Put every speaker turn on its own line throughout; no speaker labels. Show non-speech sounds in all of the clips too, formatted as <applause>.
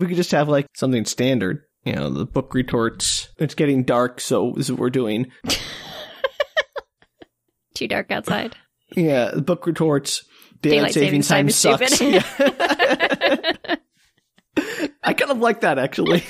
We could just have like something standard. You know, the book retorts. It's getting dark, so this is what we're doing.
Too dark outside.
Yeah, the book retorts. Daylight, saving time,
is stupid.
sucks. Yeah. <laughs> I kind of like that actually.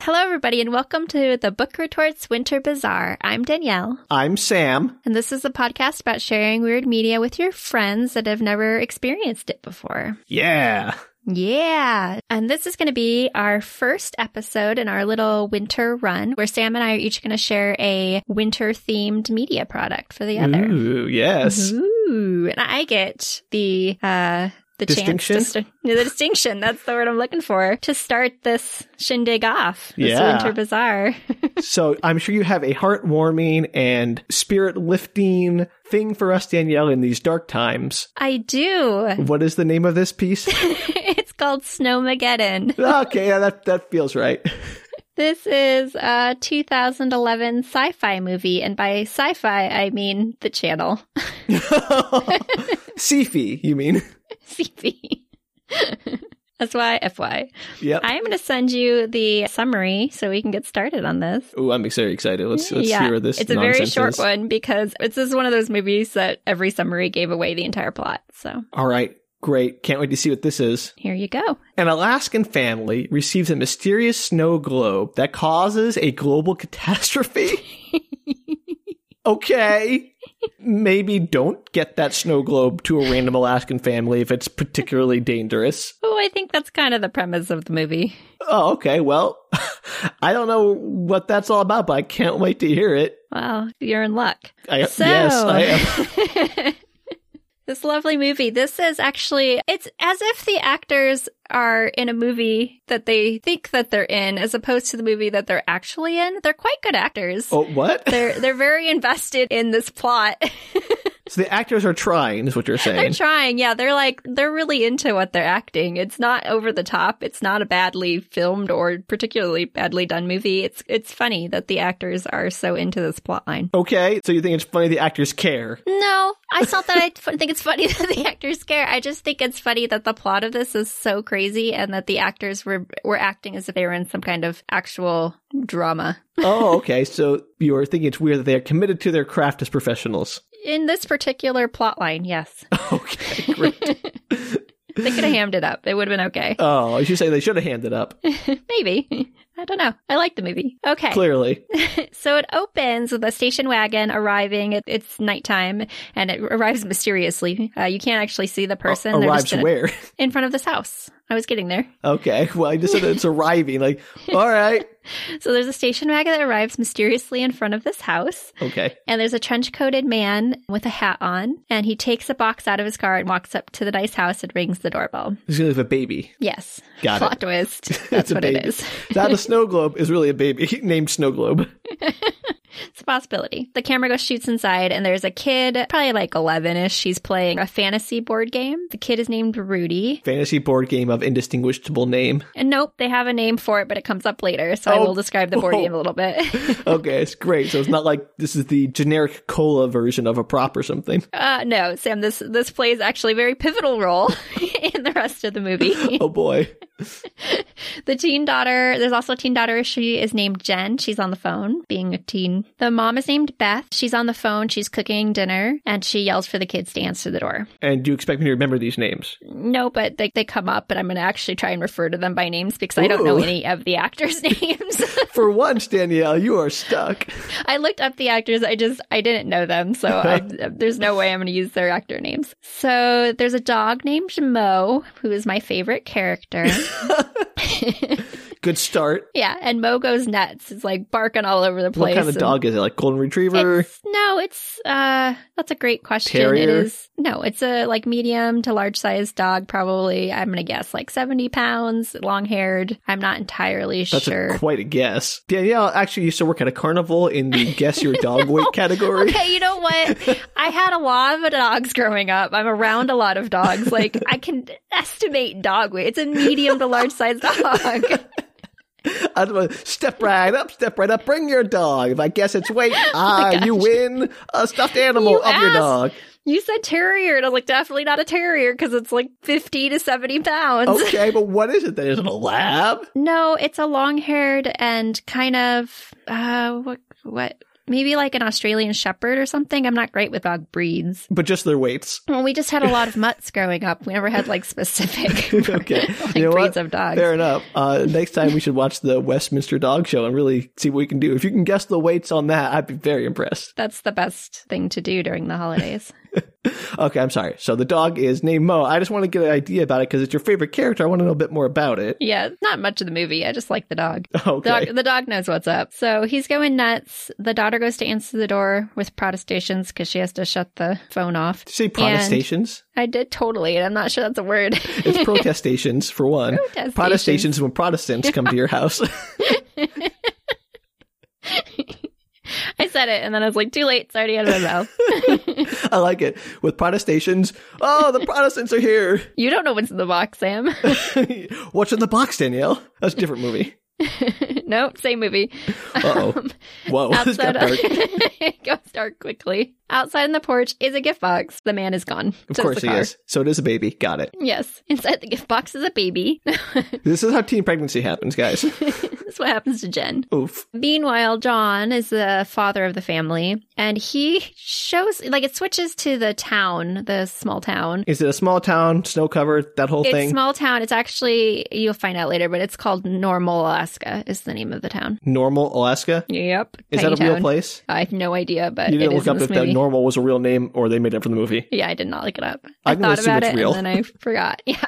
Hello, everybody, and welcome to the Book Retorts Winter Bazaar. I'm Danielle,
I'm Sam.
and this is a podcast about sharing weird media with your friends that have never experienced it before.
Yeah.
Yeah. And this is going to be our first episode in our little winter run where Sam and I are each going to share a winter themed media product for the other.
Ooh, yes.
Ooh, and I get the uh the
Distinction?
chance to st- yeah, the distinction. That's the word I'm looking for to start this shindig off. This
Yeah.
winter bazaar.
so I'm sure you have a heartwarming and spirit lifting thing for us, Danielle, in these dark times.
I do. <laughs>
What is the name of this <laughs> piece?
it's called Snowmageddon.
okay, yeah, that that feels right. <laughs>
This is a 2011 sci-fi movie, and by sci-fi I mean the channel <laughs>
Sifi, you mean?
CP. <laughs> That's why FY.
Yep.
I am going to send you the summary so we can get started on this.
Oh, I'm very excited. Let's let's
Yeah,
hear where this.
It's a very
nonsense
short
is.
one because it's just one of those movies that every summary gave away the entire plot. So
All right, great. Can't wait to see what this is.
here you go.
An Alaskan family receives a mysterious snow globe that causes a global <laughs>
<laughs>
catastrophe. okay. Maybe don't get that snow globe to a random Alaskan family if it's particularly dangerous.
Oh, I think that's kind of the premise of the movie.
Oh, okay. Well, <laughs> I don't know what that's all about, but I can't wait to hear it.
Wow, you're in luck.
I,
So,
yes, I am.
<laughs> this lovely movie. This is actually it's as if the actors are in a movie that they think that they're in, as opposed to the movie that they're actually in. They're quite good actors.
Oh, what?
They're they're very invested in this plot. <laughs>
So the actors are trying, is what you're
They're
saying.
trying. Yeah, they're like they're really into what they're acting. It's not over the top. It's not a badly filmed or particularly badly done movie. It's it's funny that the actors are so into this plotline.
okay, so you think it's funny the actors care.
No, I not that I f- think it's funny <laughs> that the actors care. I just think it's funny that the plot of this is so crazy and that the actors were were acting as if they were in some kind of actual drama.
Oh, okay, so you're thinking it's weird that they are committed to their craft as professionals. <laughs>
In this particular plotline, yes,
Okay, great.
they <laughs> could have hammed it up. It would have been okay.
oh, you should say they should have handed up,
Maybe. <laughs> I don't know. I like the movie. Okay.
clearly.
So it opens with a station wagon arriving. It, it's nighttime and it arrives mysteriously. Uh, you can't actually see the person. They're
Uh, Arrives
just in, a-
where? <laughs>
in front of this house. I was getting there.
Okay, well, I just said it's arriving. Like, all right.
So there's a station wagon that arrives mysteriously in front of this house.
Okay.
And there's a trench coated man with a hat on. And he takes a box out of his car and walks up to the nice house and rings the doorbell.
He's going to have a baby.
Yes.
Got
Plot
it. <laughs>
twist.
It's
That's
a
what
baby.
it is.
That a snow globe is really a baby <laughs> named Snow Globe.
It's a possibility. The camera goes shoots inside, and there's a kid, probably like 11 ish. She's playing a fantasy board game. The kid is named Rudy.
Fantasy board game of indistinguishable name.
And nope, they have a name for it, but it comes up later. So I
Oh.
will describe
<laughs>
the board
Oh.
game a little bit. <laughs>
Okay, it's great. So it's not like this is the generic cola version of a prop or something.
uh, no, Sam, this, this plays actually a very pivotal role <laughs> in the rest of
<laughs>
the movie.
Oh boy.
The teen daughter, there's also a teen daughter. She is named Jen. She's on the phone, being a teen. The mom is named Beth. She's on the phone. She's cooking dinner, and she yells for the kids to answer the door.
And do you expect me to remember these
<laughs>
names?
No, but they, they come up, and I'm going to actually try and refer to them by names because I don't know
Ooh.
any of the actors' <laughs> names.
For once, Danielle, you are stuck.
I looked up the actors. I just I didn't know
<laughs>
them, so I, there's no way I'm going to use their actor names. So
<laughs>
there's a dog named Mo, who is my favorite character.
Good start.
Yeah, and Mo goes nuts. It's like barking all over the place.
What kind of
and-
dog is it? Like golden retriever?
It's, no, it's uh that's a great question. It
Terrier?
is no, it's a like medium to large sized dog, probably I'm gonna guess like seventy pounds, long haired. I'm not entirely
That's
sure.
a, quite a guess. Danielle actually used to work at a carnival in
<laughs>
the guess your dog weight category.
Okay, you know what? I had a lot of dogs growing up. I'm around a lot of dogs. Like I can estimate dog weight. It's a medium to large sized dog.
I don't know. step right up, step right up, bring your dog. If I guess its
<laughs>
weight, ah, you win a stuffed animal
Oh You
of your
asked.
dog.
<laughs> You said terrier, and I was like, definitely not a terrier because it's like fifty to seventy pounds.
Okay, but what is it then? Is it a lab?
No, it's a long-haired and kind of uh what what maybe like an Australian shepherd or something. I'm not great with dog breeds.
But just their weights. <laughs>
<laughs> Well, we just had a lot of mutts growing up. We never had like specific
<laughs> Okay.
<laughs> like
You know
breeds
what?
of dogs.
Fair enough. Uh, next time we should watch the Westminster Dog Show and really see what we can do. If you can guess the weights on that, I'd be very impressed.
That's the best thing to do during
<laughs>
the holidays.
Okay, I'm sorry. So the dog is named Mo. I just want to get an idea about it because it's your favorite character. I want to know a bit more about it.
yeah, not much of the movie. I just like the dog.
Okay.
<laughs> Dog, The dog knows what's up. So he's going nuts. The daughter goes to answer the door with protestations because she has to shut the phone off.
Did you say protestations?
I did totally, and I'm not sure that's a word. <laughs>
It's protestations for one.
Protestations.
Protestations when Protestants come to your house. <laughs>
I said it, and then I was like, too late. It's already out of my
<laughs>
mouth.
I like it. With protestations, oh, the Protestants are here. <laughs>
You don't know what's in the box, Sam. <laughs>
What's in the box, Danielle? That's a different movie.
nope, same movie. <laughs>
Uh oh. Whoa, <laughs> this got
Um, outside,
dark.
<laughs> it goes dark quickly. Outside in the porch is a gift box. The man is gone.
Of
So is
course
the
he
car.
is. So it is a baby. Got it.
Yes. Inside the gift box is a baby. That's
This is how teen pregnancy happens,
<laughs>
guys.
what happens to Jen.
Oof.
Meanwhile, John is the father of the family, and he shows like it switches to the town, the small town.
Is it a small town, snow covered, that whole
It's
thing?
small town. It's actually you'll find out later, but it's called Normal, Alaska. Is the name of the town.
Normal, Alaska?
Yep.
Is
Tiny
that a real
town.
place?
I have no idea, but
You didn't
it is
look up
in
if
this movie.
that normal was a real name or they made it up for the movie.
yeah, I did not look it up.
I'm
I
gonna
thought
assume
about
it's
it
real.
and then I forgot. <laughs> Yeah.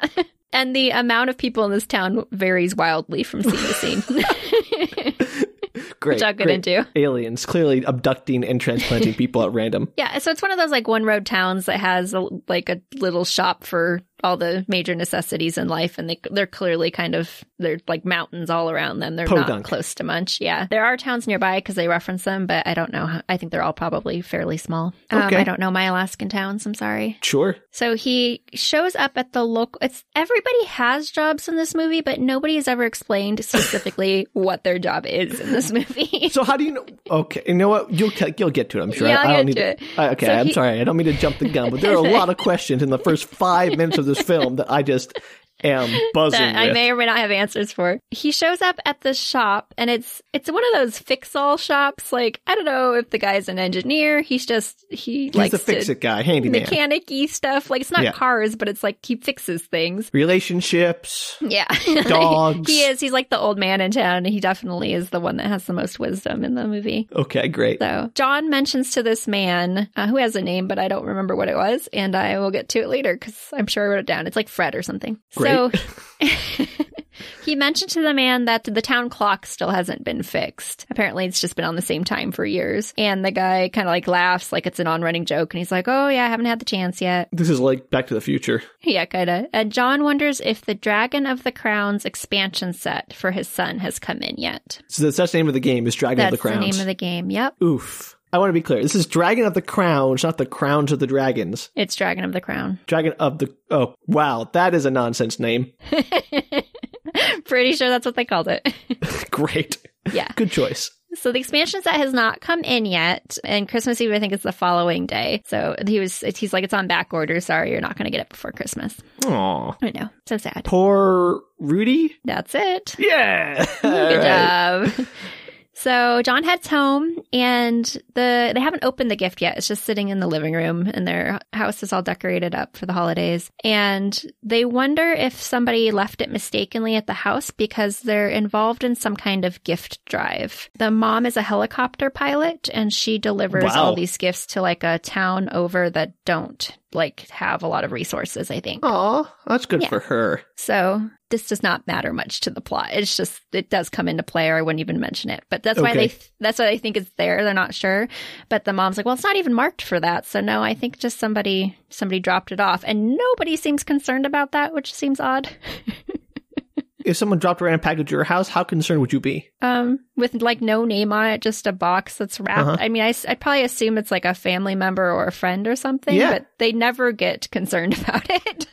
And the amount of people in this town varies wildly from scene to scene, <laughs>
Great.
which I'll get
<laughs> great.
into.
Aliens clearly abducting and
<laughs>
transplanting people at random.
Yeah, so it's one of those like one road towns that has a, like a little shop for all the major necessities in life, and they, they're clearly kind of they're like mountains all around them. They're
Podunk.
not close to much. Yeah, there are towns nearby because they reference them, but I don't know. How, I think they're all probably fairly small. Um,
Okay.
I don't know my Alaskan towns. I'm sorry.
Sure.
So he shows up at the local. It's everybody has jobs in this movie, but nobody has ever
<laughs>
explained specifically what their job is in this movie.
So how do you know? Okay, you know what? You'll ca- you'll get to it. I'm sure.
Yeah,
I,
I'll
I don't
get
need
to
to.
it.
I- okay,
So
I'm
he-
sorry. I don't mean to jump the gun, but there are a lot of questions in the first
<laughs>
five minutes of this film that I just am buzzing
that I
with.
may or may not have answers for. He shows up at the shop and it's it's one of those fix all shops. Like, I don't know if the guy's an engineer. He's just he
He's
likes
the fix
to
it guy, handyman.
mechanic y stuff. Like it's not
Yeah.
cars, but it's like he fixes things.
Relationships.
Yeah.
Dogs.
<laughs> he is. He's like the old man in town, and he definitely is the one that has the most wisdom in the movie.
Okay, great.
So John mentions to this man uh, who has a name, but I don't remember what it was, and I will get to it later because I'm sure I wrote it down. It's like Fred or something. So <laughs> he mentioned to the man that the town clock still hasn't been fixed. Apparently, it's just been on the same time for years. And the guy kind of like laughs, like it's an on-running joke, and he's like, "Oh yeah, I haven't had the chance yet." <laughs>
This is like Back to the Future.
Yeah, kinda. And John wonders if the Dragon of the Crown's expansion set for his son has come in yet.
So that's, that's the name of the game is Dragon
That's
of the
the
Crowns.
name of the game. Yep,
Oof. I want to be clear. This is Dragon of the Crowns, not the Crowns of the Dragons.
it's Dragon of the Crown.
Dragon of the Oh, wow, that is a nonsense name. <laughs>
Pretty sure that's what they called it. <laughs>
Great.
Yeah.
Good choice.
So the expansion set has not come in yet, and Christmas Eve I think is the following day. So he was he's like it's on back order. Sorry, you're not going to get it before Christmas.
Aw.
I know, so sad.
Poor Rudy?
That's it.
Yeah.
Good
All right.
job. Um, So John heads home, and the they haven't opened the gift yet. It's just sitting in the living room, and their house is all decorated up for the holidays. And they wonder if somebody left it mistakenly at the house because they're involved in some kind of gift drive. The mom is a helicopter pilot, and she delivers
Wow.
all these gifts to like a town over that don't like have a lot of resources, I think.
Aw, that's good
Yeah.
for her.
So this does not matter much to the plot. It's just it does come into play, or I wouldn't even mention it. But that's why
Okay.
they that's what I think is there. They're not sure, but the mom's like, well, it's not even marked for that. So no, I think just somebody somebody dropped it off, and nobody seems concerned about that, which seems odd.
If someone dropped a random package at your house, how concerned would you be?
Um, with like no name on it, just a box that's wrapped.
Uh-huh.
I mean, I would probably assume it's like a family member or a friend or something,
Yeah.
but they never get concerned <laughs> about it.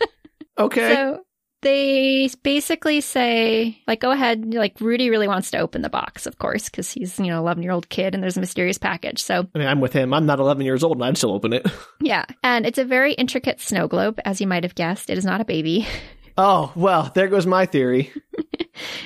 Okay.
So they basically say, like, go ahead. Like, Rudy really wants to open the box, of course, because he's, you know, 11 year old kid and there's a mysterious package. So,
I mean, I'm with him. I'm not 11 years old, and I'd still open it. <laughs>
yeah. And it's a very intricate snow globe, as you might have guessed. It is not a baby. <laughs>
Oh well, there goes my theory.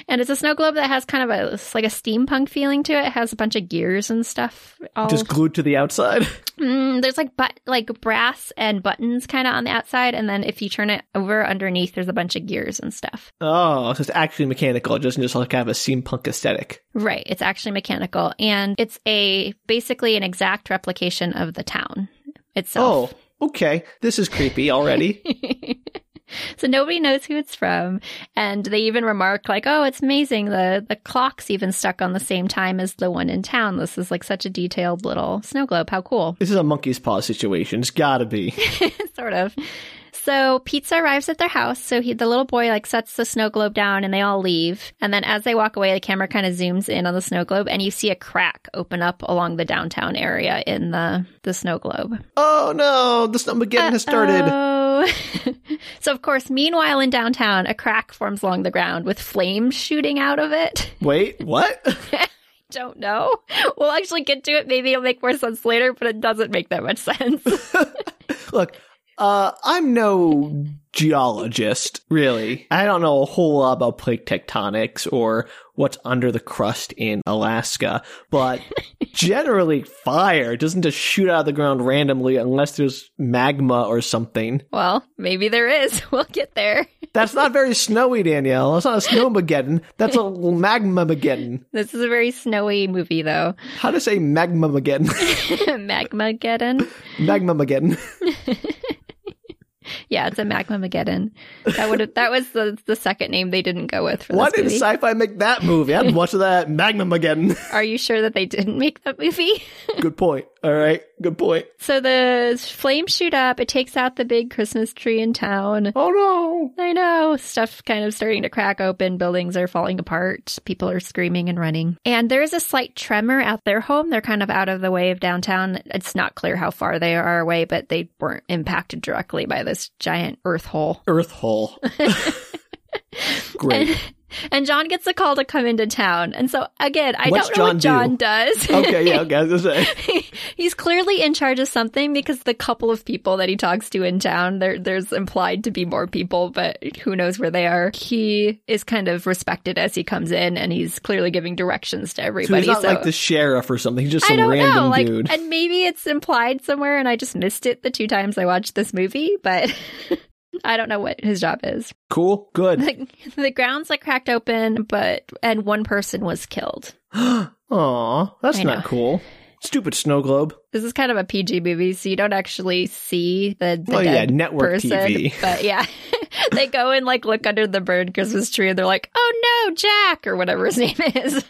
And it's a snow globe that has kind of a, it's like a steampunk feeling to it. It has a bunch of gears and stuff. All
Just glued to the outside. <laughs>
Mm, there's like but like brass and buttons kind of on the outside, and then if you turn it over underneath, there's a bunch of gears and stuff.
Oh, so it's actually mechanical. It doesn't just like have a steampunk aesthetic.
Right, it's actually mechanical, and it's a basically an exact replication of the town itself.
Oh, okay. This is creepy already.
<laughs> so nobody knows who it's from, and they even remark like, "Oh, it's amazing the the clock's even stuck on the same time as the one in town. This is like such a detailed little snow globe. How cool!"
this is a monkey's paw situation. It's gotta be.
<laughs> sort of. So pizza arrives at their house. So he, the little boy like sets the snow globe down, and they all leave. And then as they walk away, the camera kind of zooms in on the snow globe, and you see a crack open up along the downtown area in the the snow globe.
Oh no, the snowmageddon has
<laughs>
started.
Oh. so of course, meanwhile in downtown, a crack forms along the ground with flames shooting out of it. <laughs>
Wait, what? <laughs>
Don't know. We'll actually get to it. Maybe it'll make more sense later, but it doesn't make that much <laughs> sense.
Look, uh, I'm no geologist, really. I don't know a whole lot about plate tectonics or what's under the crust in Alaska, but generally, fire doesn't just shoot out of the ground randomly unless there's magma or something.
well, maybe there is. <laughs> We'll get there.
That's not very snowy, Danielle. That's not a snowmageddon. That's a magmamageddon.
This is a very snowy movie, though.
How to say
<laughs>
magmamageddon?
Magmageddon.
magmamageddon.
Yeah, it's a Magmamageddon. That would that was the the second name they didn't go with
<laughs>
for
Why
this
did
movie.
sci-fi make that movie? I'd watch that
<laughs>
magmamageddon.
Are you sure that they didn't make that movie? <laughs>
Good point. All right. Good point.
so the flames shoot up. It takes out the big Christmas tree in town.
Oh no.
I know. Stuff kind of starting to crack open. Buildings are falling apart. People are screaming and running. And there is a slight tremor at their home. They're kind of out of the way of downtown. It's not clear how far they are away, but they weren't impacted directly by this giant earth hole.
Earth
<laughs>
hole. Great.
And, and John gets a call to come into town. And so again, I
What's
don't know
John
what
do? Oh.
John does. <laughs>
Okay, yeah, okay, I was gonna say.
He's clearly in charge of something because the couple of people that he talks to in town, there there's implied to be more people, but who knows where they are. He is kind of respected as he comes in and he's clearly giving directions to
So
everybody.
he's not
so-
like the sheriff or something, he's just
I
some
don't
random
know. Like,
dude.
and maybe it's implied somewhere, and I just missed it the two times I watched this movie. But <laughs> I don't know what his job is.
Cool. Good.
the, the grounds like cracked open but and one person was killed
Aw, that's
I know.
not cool. Stupid snow globe.
this is kind of a pg movie so you don't actually see the, the
Well, yeah,
dead
network
person
TV.
but yeah <laughs> they go and like look under the bird christmas tree and they're like oh no jack or whatever his <laughs> name is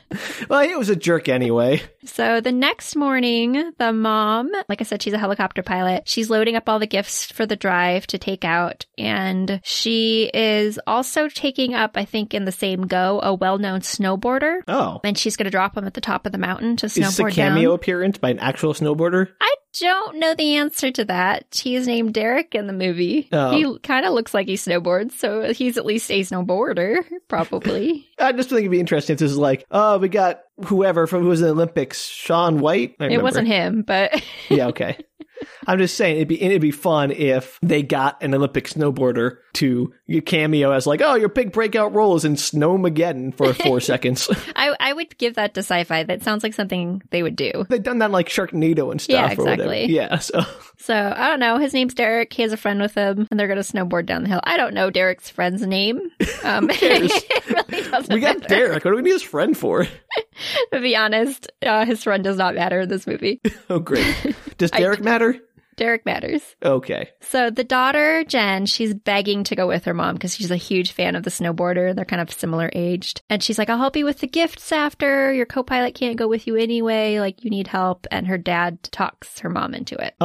Well, he was a jerk anyway.
So the next morning, the mom, like I said, she's a helicopter pilot. She's loading up all the gifts for the drive to take out. And she is also taking up, I think, in the same go, a well known snowboarder.
Oh.
And she's going to drop him at the top of the mountain to
Is this a
snowboard
cameo
down.
appearance by an actual snowboarder?
I don't know the answer to that. He's named Derek in the movie.
Oh.
He kind of looks like he snowboards, so he's at least a snowboarder, probably.
I just think it'd be interesting if this is like, oh, we got whoever from who was in the Olympics, Sean White. <laughs> I
it wasn't him, but <laughs>
him. Yeah, okay. I'm just saying it'd be it'd be fun if they got an Olympic snowboarder to cameo as like, oh, your big breakout role is in Snowmageddon
<laughs>
for four seconds. <laughs>
I, I would give that to sci fi. That sounds like something they would do.
They've done that in, like Sharknado and stuff.
Yeah,
Or whatever.
exactly.
Yeah, so
So I don't know. His name's Derek. He has a friend with him, and they're going to snowboard down the hill. I don't know Derek's friend's
<laughs>
name. Um, <laughs>
cares?
it really
<laughs>
doesn't
we got
matter.
Derek. What do we need his friend for? <laughs> <laughs>
To be honest, uh, his friend does not matter in this movie. <laughs>
Oh, great. Does
I-
Derek matter?
Derek Matters.
Okay.
So the daughter, Jen, she's begging to go with her mom because she's a huge fan of the snowboarder. They're kind of similar aged. And she's like, I'll help you with the gifts after. Your co pilot can't go with you anyway. Like, you need help. And her dad talks her mom into it.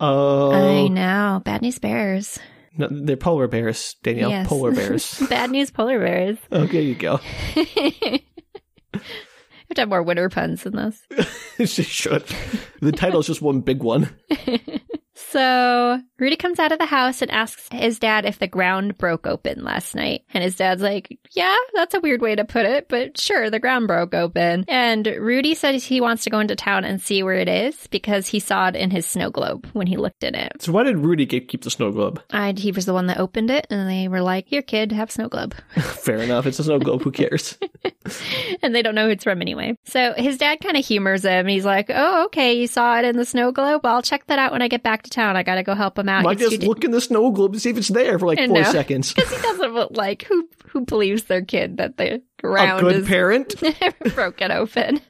Oh,
I know. Bad news bears.
no, they're polar bears, Danielle.
Yes.
Polar bears.
<laughs> Bad news polar bears. <laughs>
oh, there you go.
I have to have more winter puns than this.
<laughs> she should. The title's just one big one.
So Rudy comes out of the house and asks his dad if the ground broke open last night. And his dad's like, Yeah, that's a weird way to put it, but sure, the ground broke open. And Rudy says he wants to go into town and see where it is because he saw it in his snow globe when he looked at it.
So why did Rudy get, keep the snow globe? <laughs>
And he was the one that opened it, and they were like, Here, kid, have snow globe.
Fair enough. It's a snow globe. Who cares?
<laughs> and they don't know who it's from anyway. So his dad kind of humors him. He's like, Oh, okay, you saw it in the snow globe. Well, I'll check that out when I get back to town. <laughs> I got to go help him out.
Might
It's too
just
da-
look in the snow globe and see if it's there for like
I
four
know. <laughs>
seconds.
because he doesn't look like who who believes their kid that the
A
ground
good
is
parent,
<laughs> broken open.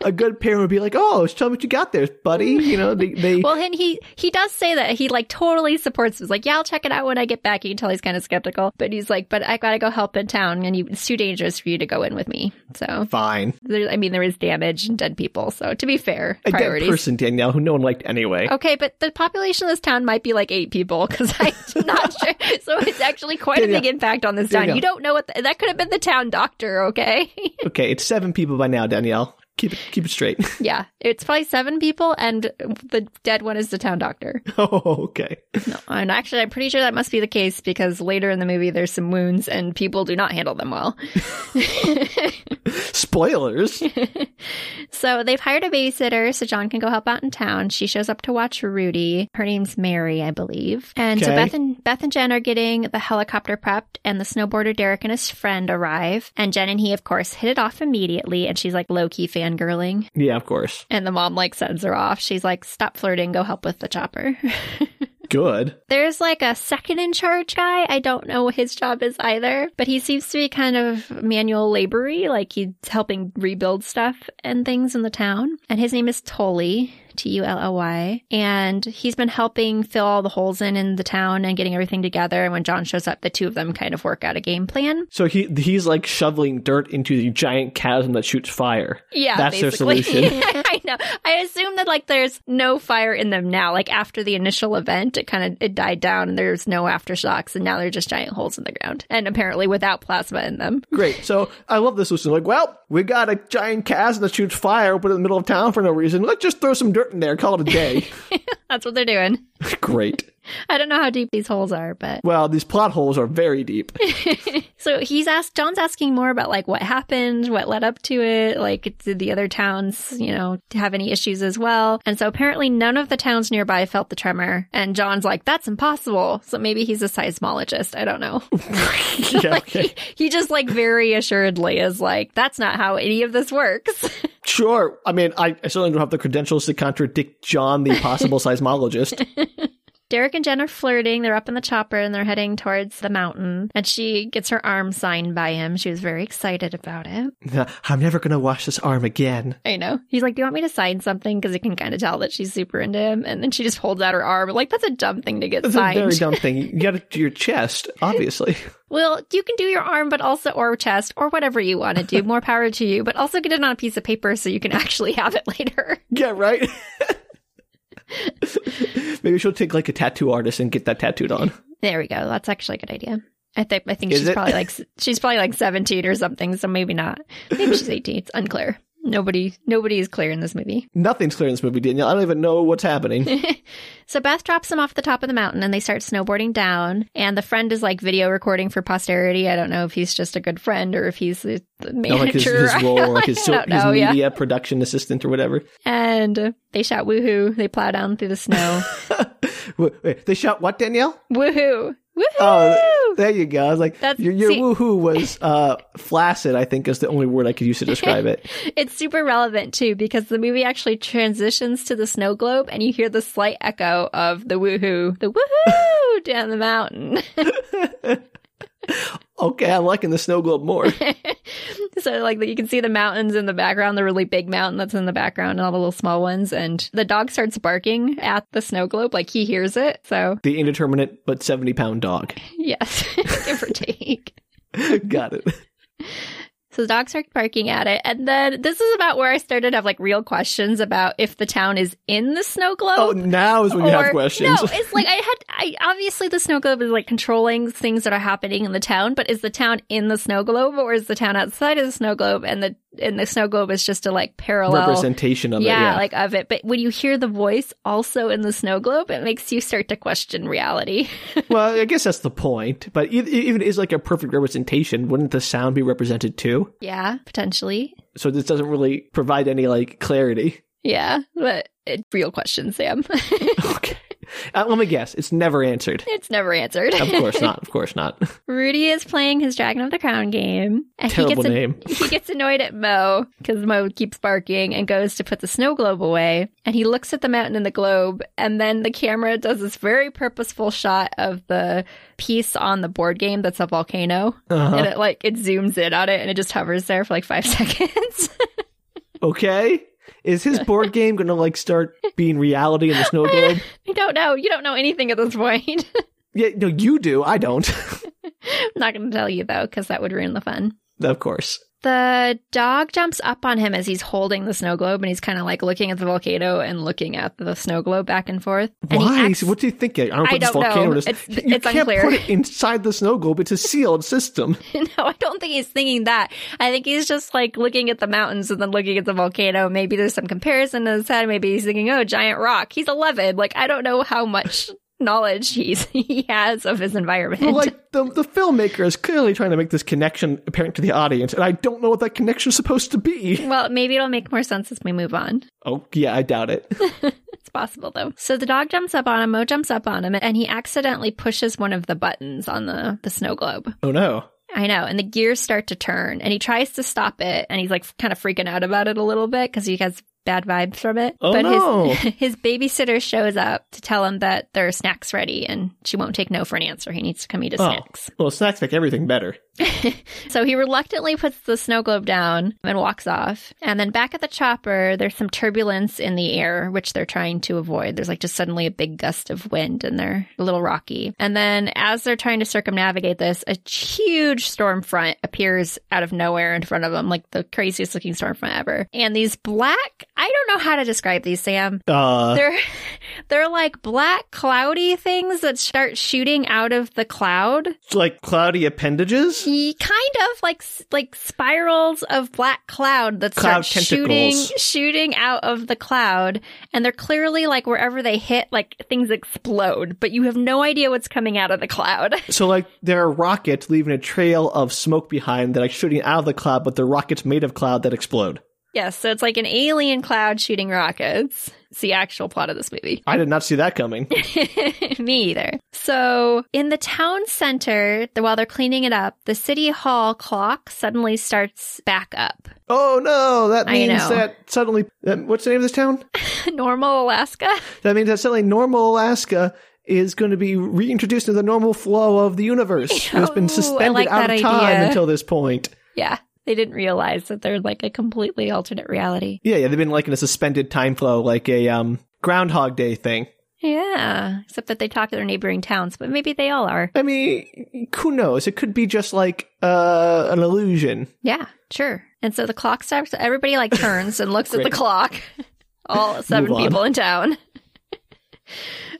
a good parent would be like, "Oh, tell me what you got there, buddy." You know, they, they
<laughs> Well, and he he does say that he like totally supports. He's like, yeah, I'll check it out when I get back. You can tell he's kind of skeptical, but he's like, but I gotta go help in town, and you, it's too dangerous for you to go in with me. So.
fine.
There, I mean, there is damage and dead people. So, to be fair,
A dead
priorities. Oh.
person, Danielle, who no one liked anyway.
Okay, but the population of this town might be like eight people because I'm <laughs> not sure. So, it's actually quite a
Danielle.
big impact on this town.
Danielle.
You don't know what the, that could have been the town doctor, okay? <laughs>
Okay, it's seven people by now, Danielle. Keep it, keep it straight. <laughs>
Yeah, it's probably seven people, and the dead one is the town doctor.
oh, okay.
No, and actually, I'm pretty sure that must be the case because later in the movie, there's some wounds, and people do not handle them well. <laughs>
Spoilers.
so they've hired a babysitter so John can go help out in town. She shows up to watch Rudy. Her name's Mary, I believe. And so
Okay.
Beth and Beth and Jen are getting the helicopter prepped, and the snowboarder Derek and his friend arrive. And Jen and he, of course, hit it off immediately, and she's like low key fangirling.
yeah, of course.
And the mom like sends her off. She's like, "Stop flirting, go help with the chopper." <laughs>
Good.
There's like a second in charge guy. I don't know what his job is either, but he seems to be kind of manual labory, like he's helping rebuild stuff and things in the town. And his name is Tolly, T U L O Y, and he's been helping fill all the holes in in the town and getting everything together. And when John shows up, the two of them kind of work out a game plan.
So he he's like shoveling dirt into the giant chasm that shoots fire.
Yeah,
That's their
basically. <laughs>
solution.
I know. I assume that like there's no fire in them now. Like after the initial event, it kind of it died down, and there's no aftershocks, and now they're just giant holes in the ground, and apparently without plasma in them. <laughs>
Great. So I love this solution. Like, well, we got a giant chasm that shoots fire up in the middle of town for no reason. Let's just throw some dirt in there. Call it a day.
That's what they're doing.
<laughs> Great.
I don't know how deep these holes are, but
Well, these plot holes are very <laughs> deep.
so he's asked. John's asking more about like what happened, what led up to it. Like did the other towns, you know, have any issues as well? And so apparently none of the towns nearby felt the tremor. And John's like, that's impossible. So maybe he's a seismologist. I
<laughs>
don't know.
yeah,
like
okay.
he, <laughs> he just like very assuredly is like that's not how any of this works <laughs>
Sure. I mean, I, I certainly don't have the credentials to contradict John, the <laughs> possible seismologist.
derek and jen are flirting they're up in the chopper and they're heading towards the mountain and she gets her arm signed by him she was very excited about it
I'm never going to wash this arm again.
i know he's like do you want me to sign something because he can kind of tell that she's super into him and then she just holds out her arm like that's a dumb thing to get
That's
signed
a very dumb thing. You got to do your chest, <laughs> obviously.
well you can do your arm but also or chest or whatever you want to do more power to you but also get it on a piece of paper so you can actually have it <laughs> later
yeah, right? <laughs> Maybe she'll take like a tattoo artist and get that tattooed on.
There we go. That's actually a good idea. I think I think
Is
she's
it? <laughs>
probably like s- she's probably like seventeen or something. So maybe not. Maybe she's eighteen. It's unclear. Nobody nobody is clear in this movie.
Nothing's clear in this movie, Danielle. I don't even know what's happening.
So Beth drops them off the top of the mountain and they start snowboarding down. And the friend is like video recording for posterity. I don't know if he's just a good friend or if he's the the
Not like his,
manager. <laughs>
his role or like, his,
I
so-
don't know.
his
yeah.
media production assistant or whatever.
And uh, they shout woohoo. They plow down through
<laughs>
the snow.
Wait, wait, they shot what, Danielle?
woohoo. Woohoo.
Oh, there you go. I was like,
That's-
your, your
see-
woohoo
<laughs>
was uh, flaccid, I think, is the only word I could use to describe
<laughs>
it.
It's super relevant too because the movie actually transitions to the snow globe and you hear the slight <laughs> echo of the woohoo, the woohoo down the mountain.
okay, I'm liking the snow globe
<laughs>
more.
so like you can see the mountains in the background, the really big mountain that's in the background and all the little small ones and the dog starts barking at the snow globe like he hears it. So, <laughs>
The indeterminate but 70 pound dog. <laughs>
yes, <laughs> give or take.
Got it.
So the dog starts barking at it. And then this is about where I started to have like real questions about if the town is in the snow globe.
Oh, now is when you have
Or-
questions.
No, it's like I had. I obviously the snow globe is like controlling things that are happening in the town, but is the town in the snow globe or is the town outside of the snow globe? And the and the snow globe is just a like parallel.
Representation of
yeah,
it. Yeah.
like of it. But when you hear the voice also in the snow globe, it makes you start to question reality.
well, I guess that's the point. But e- e- even if it is like a perfect representation, wouldn't the sound be represented too?
yeah, potentially.
So this doesn't really provide any like clarity.
Yeah, but it, real question, Sam. <laughs>
<laughs> Okay. Uh, let me guess. It's never answered.
it's never answered.
Of course not. Of course not.
<laughs> Rudy is playing his Dragon of the Crown game. And he
Terrible
gets a- <laughs>
name.
he gets annoyed at Mo because Mo keeps barking and goes to put the snow globe away. And he looks at the mountain and the globe, and then the camera does this very purposeful shot of the piece on the board game that's a volcano,
Uh-huh.
and it like it zooms in on it and it just hovers there for like five <laughs> seconds.
Okay. Is
<laughs>
his board game going to like start being reality in the snow globe?
I don't know. You don't know anything at this point. <laughs>
Yeah, no, you do. I don't. <laughs>
I'm not going to tell you though because that would ruin the fun.
of course.
The dog jumps up on him as he's holding the snow globe and he's kind of like looking at the volcano and looking at the snow globe back and forth. And he
Why?
acts-
What do you think? I'm gonna put
I
this
don't
volcano
know.
in this-
It's-
you
it's
can't
unclear.
put it inside the snow globe. It's a sealed
<laughs>
system.
no, I don't think he's thinking that. I think he's just like looking at the mountains and then looking at the volcano. Maybe there's some comparison in his head. Maybe he's thinking, oh, giant rock. He's 11. Like, I don't know how much knowledge he's <laughs> he has of his environment.
But like the the filmmaker is clearly trying to make this connection apparent to the audience, and I don't know what that connection's supposed to
<laughs>
be.
<laughs> well, maybe it'll make more sense as we move on. <laughs>
Oh yeah, I doubt it.
It's possible though. So the dog jumps up on him, Mo jumps up on him, and he accidentally pushes one of the buttons on the, the snow globe.
Oh no.
I know. And the gears start to turn and he tries to stop it and he's like kind of freaking out about it a little bit because he has bad vibes from it.
Oh,
but
no.
his, <laughs> his babysitter shows up to tell him that there are snacks ready and she won't take no for an answer. He needs to come eat his
Oh.
snacks.
Well, snacks make everything better.
So he reluctantly puts the snow globe down and walks off. And then back at the chopper, there's some turbulence in the air, which they're trying to avoid. There's like just suddenly a big gust of wind and they're a little rocky. And then as they're trying to circumnavigate this, a huge storm front appears out of nowhere in front of them, like the craziest looking storm front ever. And these black, I don't know how to describe these, Sam
Uh,
they're <laughs> they're like black cloudy things that start shooting out of the cloud
like cloudy appendages.
Y- kind of like s- like spirals of black cloud that
Cloud
start shooting
tentacles.
shooting out of the cloud and they're clearly like wherever they hit like things explode but you have no idea what's coming out of the cloud <laughs>
So like there are rockets leaving a trail of smoke behind that are shooting out of the cloud, but they're rockets made of cloud that explode.
yes so it's like an alien cloud shooting rockets it's the actual plot of this movie <laughs>
I did not see that coming.
Me either. So, in the town center, the- while they're cleaning it up, the city hall clock suddenly starts back up. <laughs>
Oh no, that
I
means
know.
that suddenly that, what's the name of this town?
Normal Alaska?
That means that suddenly normal Alaska is going to be reintroduced into the normal flow of the
<laughs>
universe. it's
Ooh, I
been suspended
like
out
that
of time
idea.
until this point.
Yeah. They didn't realize that they're like a completely alternate reality.
Yeah, yeah, they've been like in a suspended time flow, like a um Groundhog Day thing.
Yeah. Except that they talk to their neighboring towns, but maybe they all are.
I mean, who knows? It could be just like uh, an illusion.
Yeah, sure. And so the clock stops. Everybody like turns and looks at the
Great.
<laughs> clock. All seven
on.
people in town. <laughs>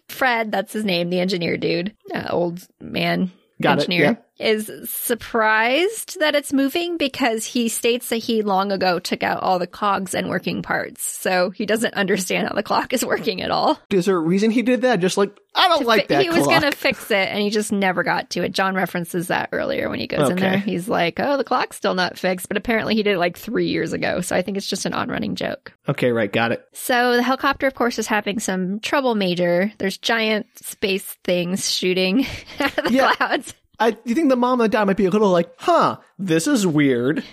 Fred, that's his name, the engineer dude, uh, old man
Got it,
engineer, is surprised that it's moving because he states that he long ago took out all the cogs and working parts. So he doesn't <laughs> understand how the clock is working at all.
Is there a reason he did that? Just like I don't like that
he was
clock.
gonna fix it and he just never got to it. John references that earlier when he goes in
Okay.
there. He's like, Oh, the clock's still not fixed, but apparently he did it like three years ago, so I think it's just an on running joke.
Okay, right, got it.
So the helicopter of course is having some trouble major. There's giant space things shooting <laughs> out of the
Yeah.
clouds.
I you think the mom and the dad might be a little like, huh? This is weird.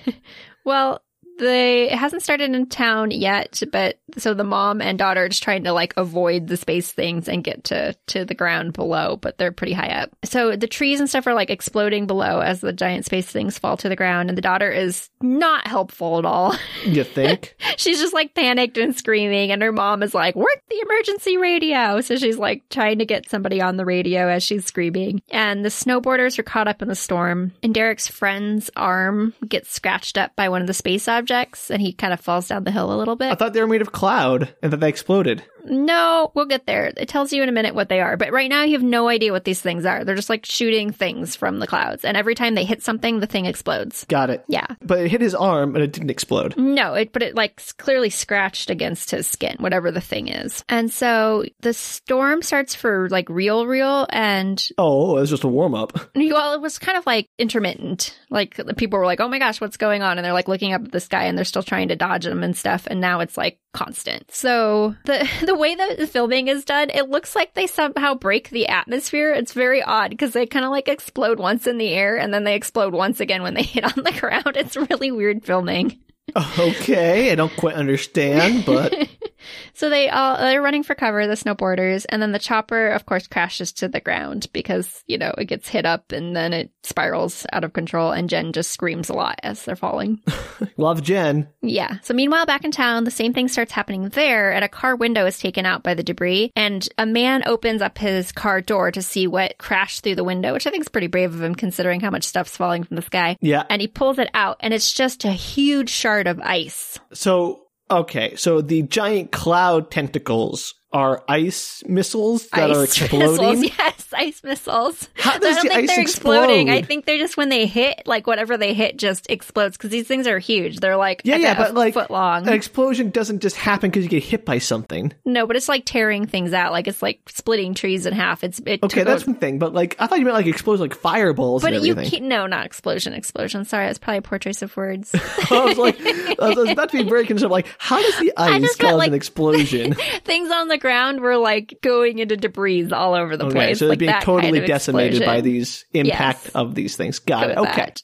Well, they it hasn't started in town yet, but so the mom and daughter are just trying to like avoid the space things and get to to the ground below, but they're pretty high up. So the trees and stuff are like exploding below as the giant space things fall to the ground, and the daughter is not helpful at all.
You
<laughs>
think?
she's just like panicked and screaming, and her mom is like, "Work the emergency radio!" So she's like trying to get somebody on the radio as she's screaming. And the snowboarders are caught up in the storm, and Derek's friend's arm gets scratched up by one of the space objects, and he kind of falls down the hill a little bit.
I thought they were made of cloud and that they exploded.
No, we'll get there. It tells you in a minute what they are. But right now, you have no idea what these things are. They're just like shooting things from the clouds. And every time they hit something, the thing explodes.
Got it.
Yeah.
But it hit his arm and it didn't explode.
No, it, but it like s- clearly scratched against his skin, whatever the thing is. And so the storm starts for like real, real. And
Oh, it was just a warm up.
well, it was kind of like intermittent. Like the people were like, oh my gosh, what's going on? And they're like looking up at the sky and they're still trying to dodge them and stuff. And now it's like constant. So the, <laughs> the way that the filming is done, it looks like they somehow break the atmosphere. It's very odd because they kind of like explode once in the air and then they explode once again when they <laughs> hit on the ground. It's really weird filming.
<laughs> Okay, I don't quite understand,
<laughs>
but
So they all they're running for cover, the snowboarders, and then the chopper, of course, crashes to the ground because you know it gets hit up and then it spirals out of control, and Jen just screams a lot as
<laughs>
they're falling.
love Jen.
yeah. So meanwhile, back in town, the same thing starts happening there, and a car window is taken out by the debris, and a man opens up his car door to see what crashed through the window, which I think is pretty brave of him considering how much stuff's falling from the sky.
Yeah.
And he pulls it out, and it's just a huge shard of ice.
So, okay, so the giant cloud tentacles are ice missiles that are exploding.
<laughs> missiles. Yes, ice missiles.
How
So I
does
don't
the
think
ice
they're exploding. I
explode?
think they're just when they hit, like whatever they hit, just explodes because these things are huge. They're like
Yeah,
I
yeah,
bet, a
but, like,
foot long.
An explosion doesn't just happen because you get hit by something.
no, but it's like tearing things out. Like it's like splitting trees in half. It's it
Okay,
took
that's
a,
one thing, but like, I thought you meant like explosion, like fireballs
but
and
you
everything.
can't. No, not explosion. Explosion. Sorry, that's probably a poor choice of
<laughs>
words. <laughs>
I was like, I was about to be very concerned. Like, how does the ice
just got,
cause
like-
an
<laughs>
explosion?
things on the ground were like going into debris all over the
Okay,
place.
so they're
like
being
that
totally
kind of
decimated by
explosion.
these impact
Yes.
of these things. Got
Go
it.
with
Okay,
that.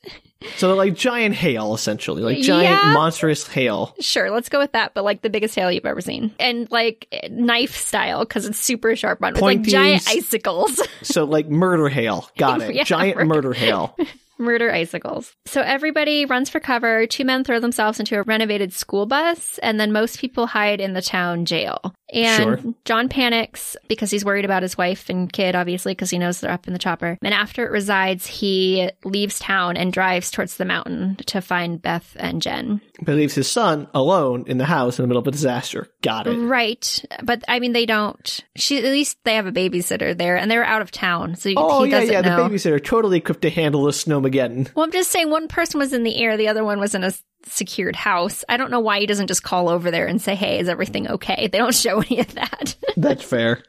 so they're like giant hail, essentially, like giant
Yeah.
monstrous hail.
Sure, let's go with that, but like the biggest hail you've ever seen. And like knife style, because it's super sharp on it's like
Pointy s-
giant icicles. <laughs>
So like murder hail. Got it.
Yeah,
giant
murder-
murder
<laughs>
hail.
Murder icicles. So everybody runs for cover. Two men throw themselves into a renovated school bus, and then most people hide in the town jail. And
Sure.
John panics because he's worried about his wife and kid, obviously, because he knows they're up in the chopper. And after it resides, he leaves town and drives towards the mountain to find Beth and Jen.
But leaves his son alone in the house in the middle of a disaster. Got it.
Right. But I mean, they don't. She at least they have a babysitter there, and they're out of town, so
Oh
he
yeah,
doesn't
yeah.
know.
The babysitter totally equipped to handle the
<laughs>
snowmageddon.
well, I'm just saying, one person was in the air, the other one was in a s- secured house. I don't know why he doesn't just call over there and say, "Hey, is everything okay?" They don't <laughs> show any of that.
That's fair.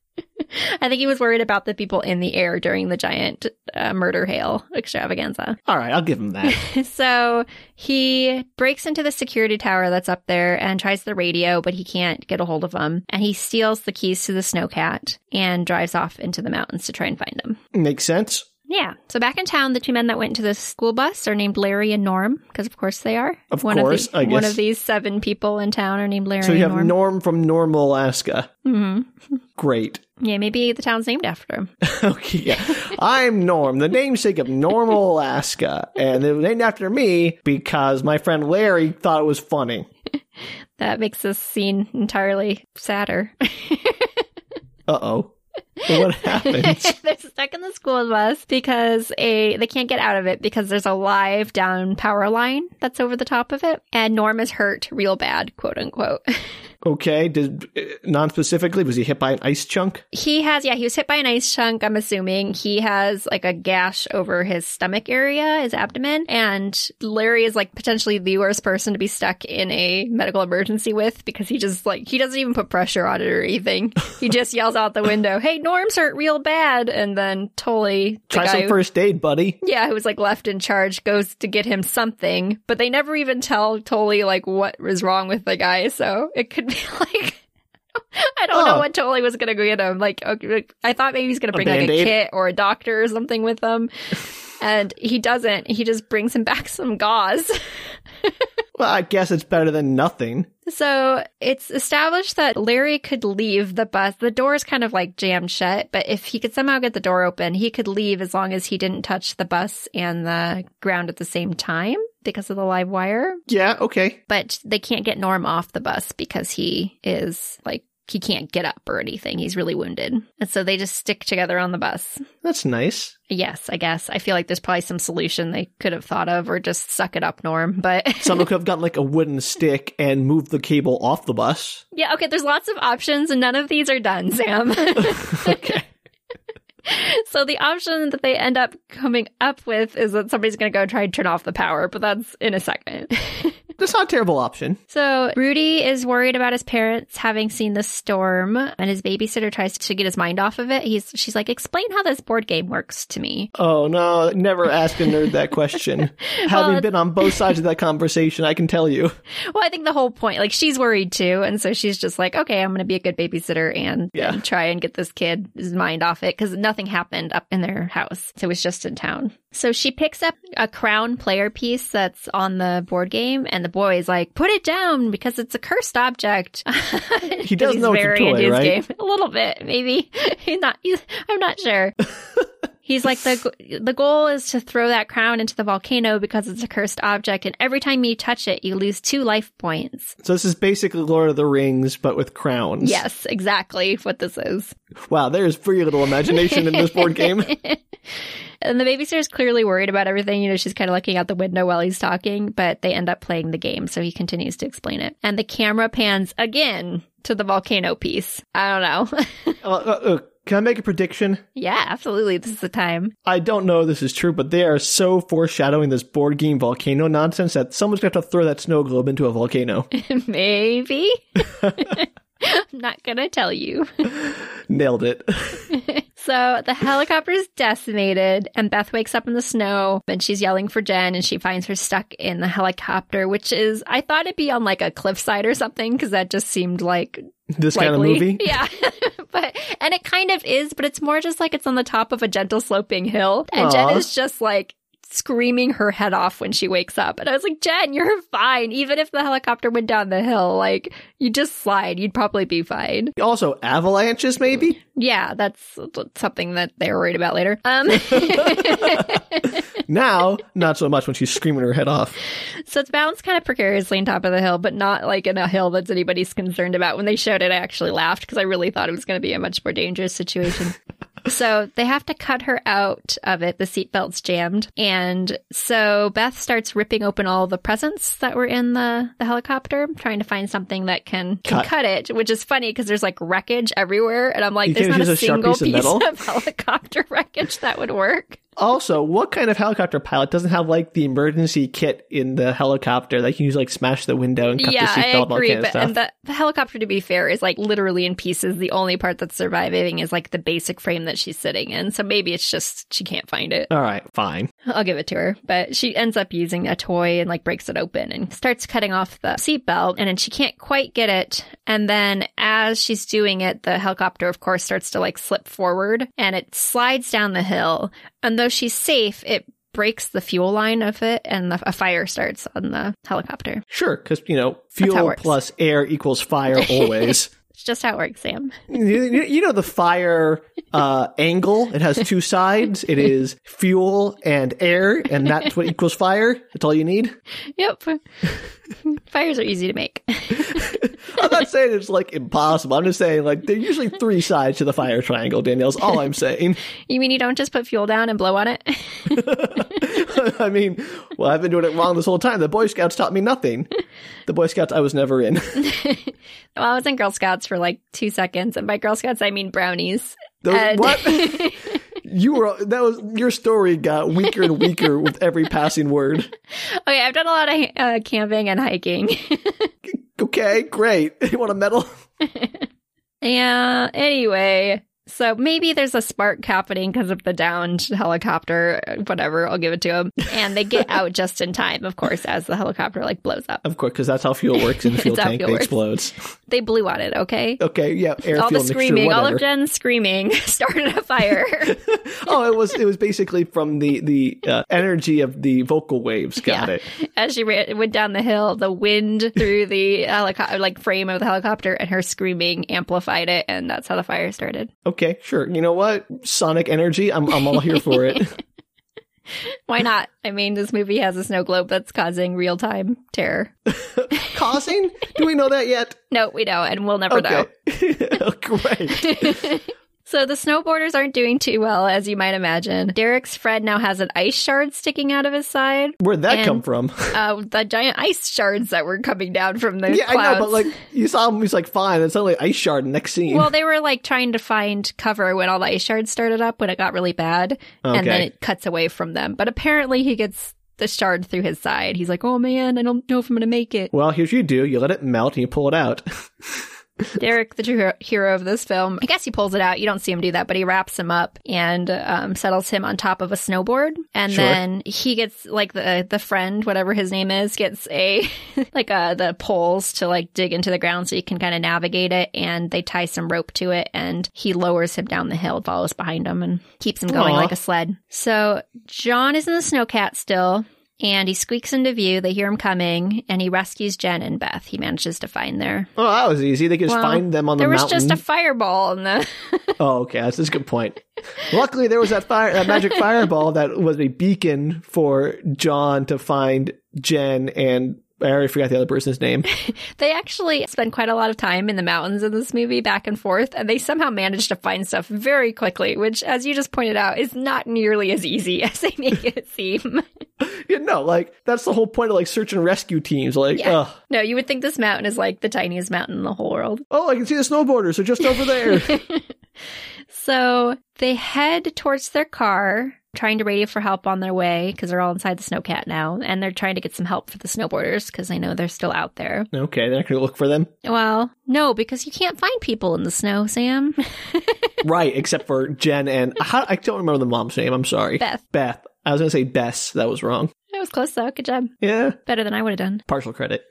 I think he was worried about the people in the air during the giant uh, murder hail extravaganza. <laughs>
All right, I'll give him that.
so he breaks into the security tower that's up there and tries the radio, but he can't get a hold of them. And he steals the keys to the snowcat and drives off into the mountains to try and find them.
Makes sense.
Yeah. So back in town, the two men that went to the school bus are named Larry and Norm, because of course they are.
Of
one
course,
of the,
I
One
guess.
of these seven people in town are named Larry
So you have
and Norm.
Norm from Normal, Alaska.
Mhm. <laughs>
Great. <laughs>
Yeah, maybe the town's named after him.
okay, yeah. I'm Norm, the namesake of
<laughs>
Normal, Alaska, and they were named after me because my friend Larry thought it was funny.
That makes this scene entirely sadder. <laughs>
Uh oh, what happens?
They're stuck in the school bus because a they can't get out of it because there's a live down power line that's over the top of it, and Norm is hurt real bad, quote unquote. <laughs>
Okay, did non specifically was he hit by an ice chunk?
He has yeah, he was hit by an ice chunk. I'm assuming he has like a gash over his stomach area, his abdomen, and Larry is like potentially the worst person to be stuck in a medical emergency with because he just like he doesn't even put pressure on it or anything. He just yells out the window, "Hey, Norm's hurt real bad," and then totally the
Try
guy
some
who-
first aid, buddy.
<laughs> yeah, who was like left in charge, goes to get him something, but they never even tell Tolly like what was wrong with the guy. So it could be <laughs> like, I don't know
Oh.
what Tolly was gonna go get him. Like, okay, like, I thought maybe he was gonna bring like a
Band-Aid?
kit or a doctor or something with him, and he doesn't. He just brings him back some gauze.
Well, I guess it's better than nothing.
So it's established that Larry could leave the bus. The door is kind of like jammed shut, but if he could somehow get the door open, he could leave as long as he didn't touch the bus and the ground at the same time because of the live wire.
Yeah, okay.
But they can't get Norm off the bus because he is like, he can't get up or anything. He's really wounded. And so they just stick together on the bus.
That's nice.
Yes, I guess. I feel like there's probably some solution they could have thought of or just suck it up, Norm. But <laughs>
Someone could have gotten like a wooden stick and moved the cable off the bus.
yeah, okay, there's lots of options and none of these are done, Sam. <laughs>
okay.
so the option that they end up coming up with is that somebody's going to go try and turn off the power, but that's in a second.
That's not a terrible option.
so Rudy is worried about his parents having seen the storm, and his babysitter tries to get his mind off of it. He's she's like, "Explain how this board game works to me."
Oh no, never ask a nerd that <laughs> question. Having
Well,
been on both sides of that conversation, I can tell you.
Well, I think the whole point, like she's worried too, and so she's just like, "Okay, I'm going to be a good babysitter and,
Yeah.
and try and get this kid's mind off it because nothing happened up in their house. So it was just in town." So she picks up a crown player piece that's on the board game, and the boy is like, "Put it down because it's a cursed object." <laughs> he
does know it's a toy, right?
<laughs> a little bit, maybe. <laughs> He's not. He's, I'm not sure.
<laughs>
He's like the g- the goal is to throw that crown into the volcano because it's a cursed object, and every time you touch it, you lose two life
<laughs>
points.
So this is basically Lord of the Rings, but with crowns.
Yes, exactly what this is.
Wow, there is very little imagination in this board <laughs> game.
And the babysitter is clearly worried about everything. You know, she's kind of looking out the window while he's talking, but they end up playing the game, so he continues to explain it. And the camera pans again to the volcano piece. I don't know. <laughs>
Uh, uh, uh, can I make a prediction?
yeah, absolutely. This is the time.
I don't know if this is true, but they are so foreshadowing this board game volcano nonsense that someone's going to have to throw that snow globe into a <laughs> volcano.
<laughs> Maybe. I'm not going to tell you.
Nailed it. <laughs>
So the helicopter is decimated, and Beth wakes up in the snow and she's yelling for Jen, and she finds her stuck in the helicopter, which is, I thought it'd be on like a cliffside or something, because that just seemed like
this kind of
likely.
movie.
<laughs> Yeah. but, and it kind of is, but it's more just like it's on the top of a gentle sloping hill, and
Aw.
Jen is just like, Screaming her head off when she wakes up. And I was like, Jen, you're fine. Even if the helicopter went down the hill, like, you just slide, you'd probably be fine.
Also, avalanches, maybe?
Yeah, that's something that they're worried about later. Um,
Now, not so much when she's screaming her head off.
so it's balanced kind of precariously on top of the hill, but not like in a hill that's anybody's concerned about. When they showed it, I actually laughed because I really thought it was going to be a much more dangerous situation.
<laughs>
so they have to cut her out of it. The seatbelt's jammed. And so Beth starts ripping open all the presents that were in the, the helicopter, trying to find something that can, can
Cut.
cut. it, which is funny because there's like wreckage everywhere. And I'm like,
You
there's
could've
not a,
used a Sharpie,
single
some
piece
metal.
of <laughs> helicopter wreckage that would work.
Also, what kind of helicopter pilot doesn't have like the emergency kit in the helicopter that can use like smash the window and cut
yeah,
the seatbelt
I
and all
agree.
kind of
but
stuff?
and the, the helicopter, to be fair, is like literally in pieces. The only part that's surviving is like the basic frame that she's sitting in. So maybe it's just she can't find it.
all right, fine.
I'll give it to her. But she ends up using a toy and like breaks it open and starts cutting off the seatbelt. And then she can't quite get it. And then as she's doing it, the helicopter, of course, starts to like slip forward and it slides down the hill. And though she's safe, it breaks the fuel line of it and the, a fire starts on the helicopter.
Sure, because, you know,
how it
fuel
works.
plus air equals
<laughs>
fire always.
It's just how it works, Sam.
you, you- you know the fire uh, angle it has two sides it is fuel and air and that's what equals fire that's all you need
Yep. <laughs> Fires are easy to make. <laughs>
i'm not saying it's like impossible i'm just saying like there are usually three sides to the fire triangle danielle's all i'm saying
You mean you don't just put fuel down and blow on it?
<laughs>
<laughs>
i mean well i've been doing it wrong this whole time the boy scouts taught me nothing the boy scouts i was never in <laughs>
well, I was in Girl Scouts for like two seconds, and by Girl Scouts I mean brownies.
Those-
And-
Uh,
<laughs> Oh,
what you were that was your story got weaker and weaker with every passing word
Okay, I've done a lot of uh, camping and hiking. <laughs>
<laughs> okay great you want a medal
yeah. Anyway, So maybe there's a spark happening because of the downed helicopter, whatever, I'll give it to them. And they get
<laughs>
out just in time, of course, as the helicopter like blows up.
Of course, because that's how fuel works in a fuel
It's how
tank.
fuel
It
works.
explodes.
They blew on it, okay?
Okay, yeah, air
all
fuel
the
mixture,
screaming, all
whatever.
of Jen's screaming <laughs> started
<laughs>
a fire.
oh, it was it was basically from the the uh, energy of the vocal waves. Got
Yeah.
it.
<laughs> As she ran, went down the hill, the
<laughs>
wind through the helicopter, like frame of the helicopter, and her screaming amplified it, and that's how the fire started.
Okay, sure. You know what? Sonic energy. I'm I'm all here for
<laughs>
it.
Why not? I mean, this movie has a snow globe that's causing real time
<laughs>
terror.
Causing? Do we know that yet?
No, we don't, and we'll never know.
<laughs> Oh, Great.
so the snowboarders aren't doing too well, as you might imagine. Derek's friend now has an ice shard sticking out of
<laughs>
his side.
Where'd that
And-
come from?
Uh, the giant ice shards that were coming down from the
<laughs> yeah,
clouds.
I know, but like you saw him, he's like, fine. It's only ice shard. Next scene.
Well, they were like trying to find cover when all the ice shards started up when it got really bad, and then
Okay.
it cuts away from them. But apparently, he gets the shard through his side. He's like, "Oh man, I don't know if I'm gonna make it."
well, here's what you do. You let it melt and you pull it out. <laughs>
Derek, the true hero of this film, I guess he pulls it out. You don't see him do that, but he wraps him up and um, settles him on top of a snowboard, and
Sure.
then he gets like the the friend, whatever his name is, gets a <laughs> like uh the poles to like dig into the ground so he can kind of navigate it, and they tie some rope to it, and he lowers him down the hill, follows behind him, and keeps him going
Aw.
like a sled. So John is in the snowcat still. And he squeaks into view. They hear him coming, and he rescues Jen and Beth. He manages to find their
Oh, that was easy. They could just
Well,
find them on the
there was
mountain.
just a fireball in the
<laughs>
<laughs>
Oh, okay. That's that's a good point. Luckily, there was that fire, that
<laughs>
magic fireball that was a beacon for John to find Jen and I already forgot the other person's
<laughs>
name.
they actually spend quite a lot of time in the mountains in this movie back and forth and they somehow manage to find stuff very quickly which as you just pointed out is not nearly as easy <laughs> as they make it seem
you know, like that's the whole point of like search and rescue teams. Like,
Yeah.
ugh.
no you would think this mountain is like the tiniest mountain in the whole world
oh, I can see the snowboarders. They're just over there.
<laughs> so they head towards their car trying to radio for help on their way because they're all inside the snowcat now and they're trying to get some help for the snowboarders because they know they're still out there
okay, they're not going to look for them,
well no because you can't find people in the snow sam <laughs>
right? Except for Jen and how, I don't remember the mom's name. I'm sorry,
beth
Beth. I was going to say Bess. That was wrong.
That was close though. Good job.
Yeah,
Better than I would have done.
partial credit.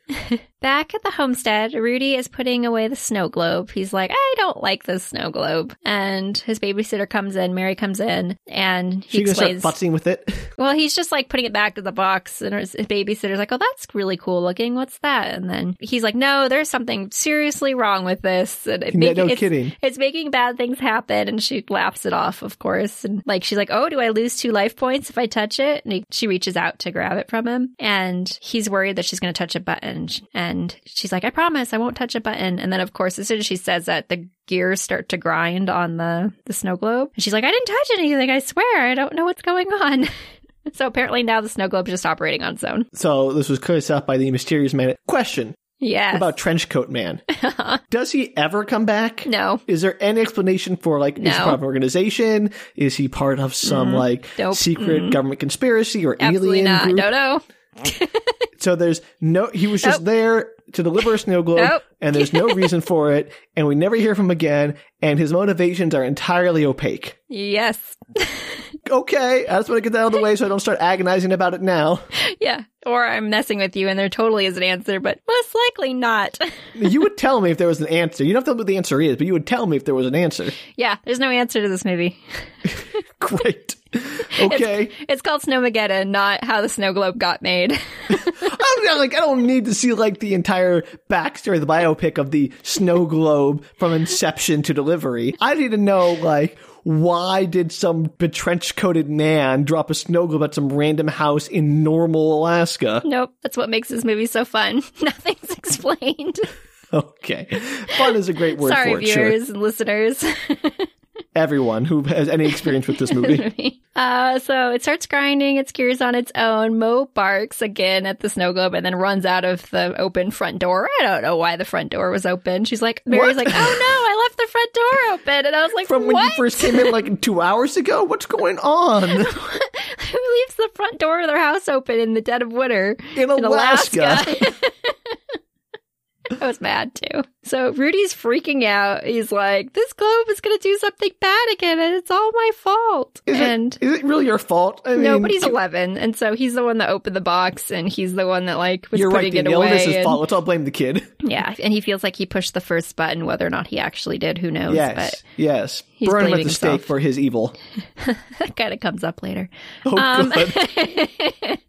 Back at the homestead, Rudy is putting away the snow globe. He's like, I don't like this snow globe. And his babysitter comes in, Mary comes in, and he
She's going to
explains.
start futzing with it.
well, he's just like putting it back to the box, and his his babysitter's like, Oh, that's really cool looking. What's that? And then he's like, No, there's something seriously wrong with this. And
<laughs>
it
no
make-
no
it's-
kidding.
it's making bad things happen and she laughs it off of course and like she's like oh do i lose two life points if i touch it and he, she reaches out to grab it from him and he's worried that she's going to touch a button and she's like i promise i won't touch a button and then of course as soon as she says that the gears start to grind on the the snow globe and she's like i didn't touch anything i swear i don't know what's going on <laughs> so apparently now the snow globe's just operating on its own
So this was cleared up by the mysterious man. Question
yeah
about Trenchcoat
<laughs>
Man. Does he ever come back?
no
Is there any explanation for like is he
No.
part of an organization? Is he part of some
Mm.
like
Nope.
secret
Mm.
government conspiracy or
absolutely
alien
not
group?
no no
So there's no he was just
Nope.
there to deliver a snow globe
Nope.
and there's
<laughs>
no reason for it and we never hear from him again and his motivations are entirely opaque.
yes
Okay, I just want to get that out of the way so I don't start agonizing about it now.
Yeah. Or I'm messing with you and there totally is an answer, but most likely not. <laughs>
You would tell me if there was an answer. You don't have to tell me what the answer is, but you would tell me if there was an answer. <laughs>
yeah, there's no answer to this movie.
Great. Okay.
<laughs> It's called Snowmageddon, not how the snow globe got made. <laughs>
I'm not, like I don't need to see like the entire backstory, the biopic of the snow globe from inception to delivery. I need to know like why did some betrench coated man drop a snow globe at some random house in normal Alaska? <laughs>
nope. That's what makes this movie so fun. <laughs> Nothing's explained.
Okay, fun is a great word <laughs>
Sorry,
for it. Sure,
viewers and listeners. <laughs>
everyone who has any experience with this
<laughs>
movie.
uh, so it starts grinding its gears on its own. Mo barks again at the snow globe and then runs out of the open front door. I don't know why the front door was open. She's like, Mary's
What?
like, oh no, I left the front door open. And I was
<laughs>
like,
From when
what?
you first came in like two hours ago, what's going
<laughs>
on
Who leaves the front door of their house open in the dead of winter
in
in Alaska?
Alaska?
<laughs> I was mad too. So Rudy's freaking out. He's like, this globe is going to do something bad again, and it's all my fault.
Is it-
and
Is it really your fault? I mean,
no, but he's 11, and so he's the one that opened the box, and he's the one that, like, was
You're right.
putting
The
it away.
illness is
and-
fault. Let's all blame the kid.
Yeah, and he feels like he pushed the first button, whether or not he actually did, who knows.
yes, yes.
he's
Burn him at the
blaming
stake
himself.
for his evil.
But <laughs> that kind of comes up later.
<laughs> Oh
Um, <laughs>
god.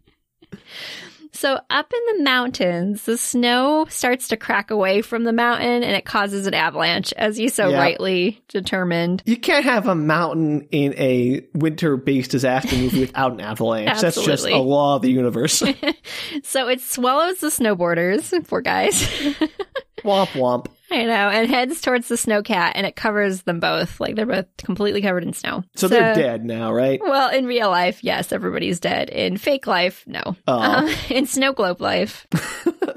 so up in the mountains, the snow starts to crack away from the mountain and it causes an avalanche, as you so
Yeah.
rightly determined.
You can't have a mountain in a winter-based disaster movie without an avalanche. That's just
Absolutely.
a law of the
<laughs>
universe. womp
So it swallows the snowboarders, poor guys. <laughs>
womp.
I know, and heads towards the snow cat and it covers them both. Like they're both completely covered in snow.
So, they're dead now, right?
Well, in real life, yes, everybody's dead. In fake life, no.
Oh.
<laughs> Um, in snow globe
<laughs>
life,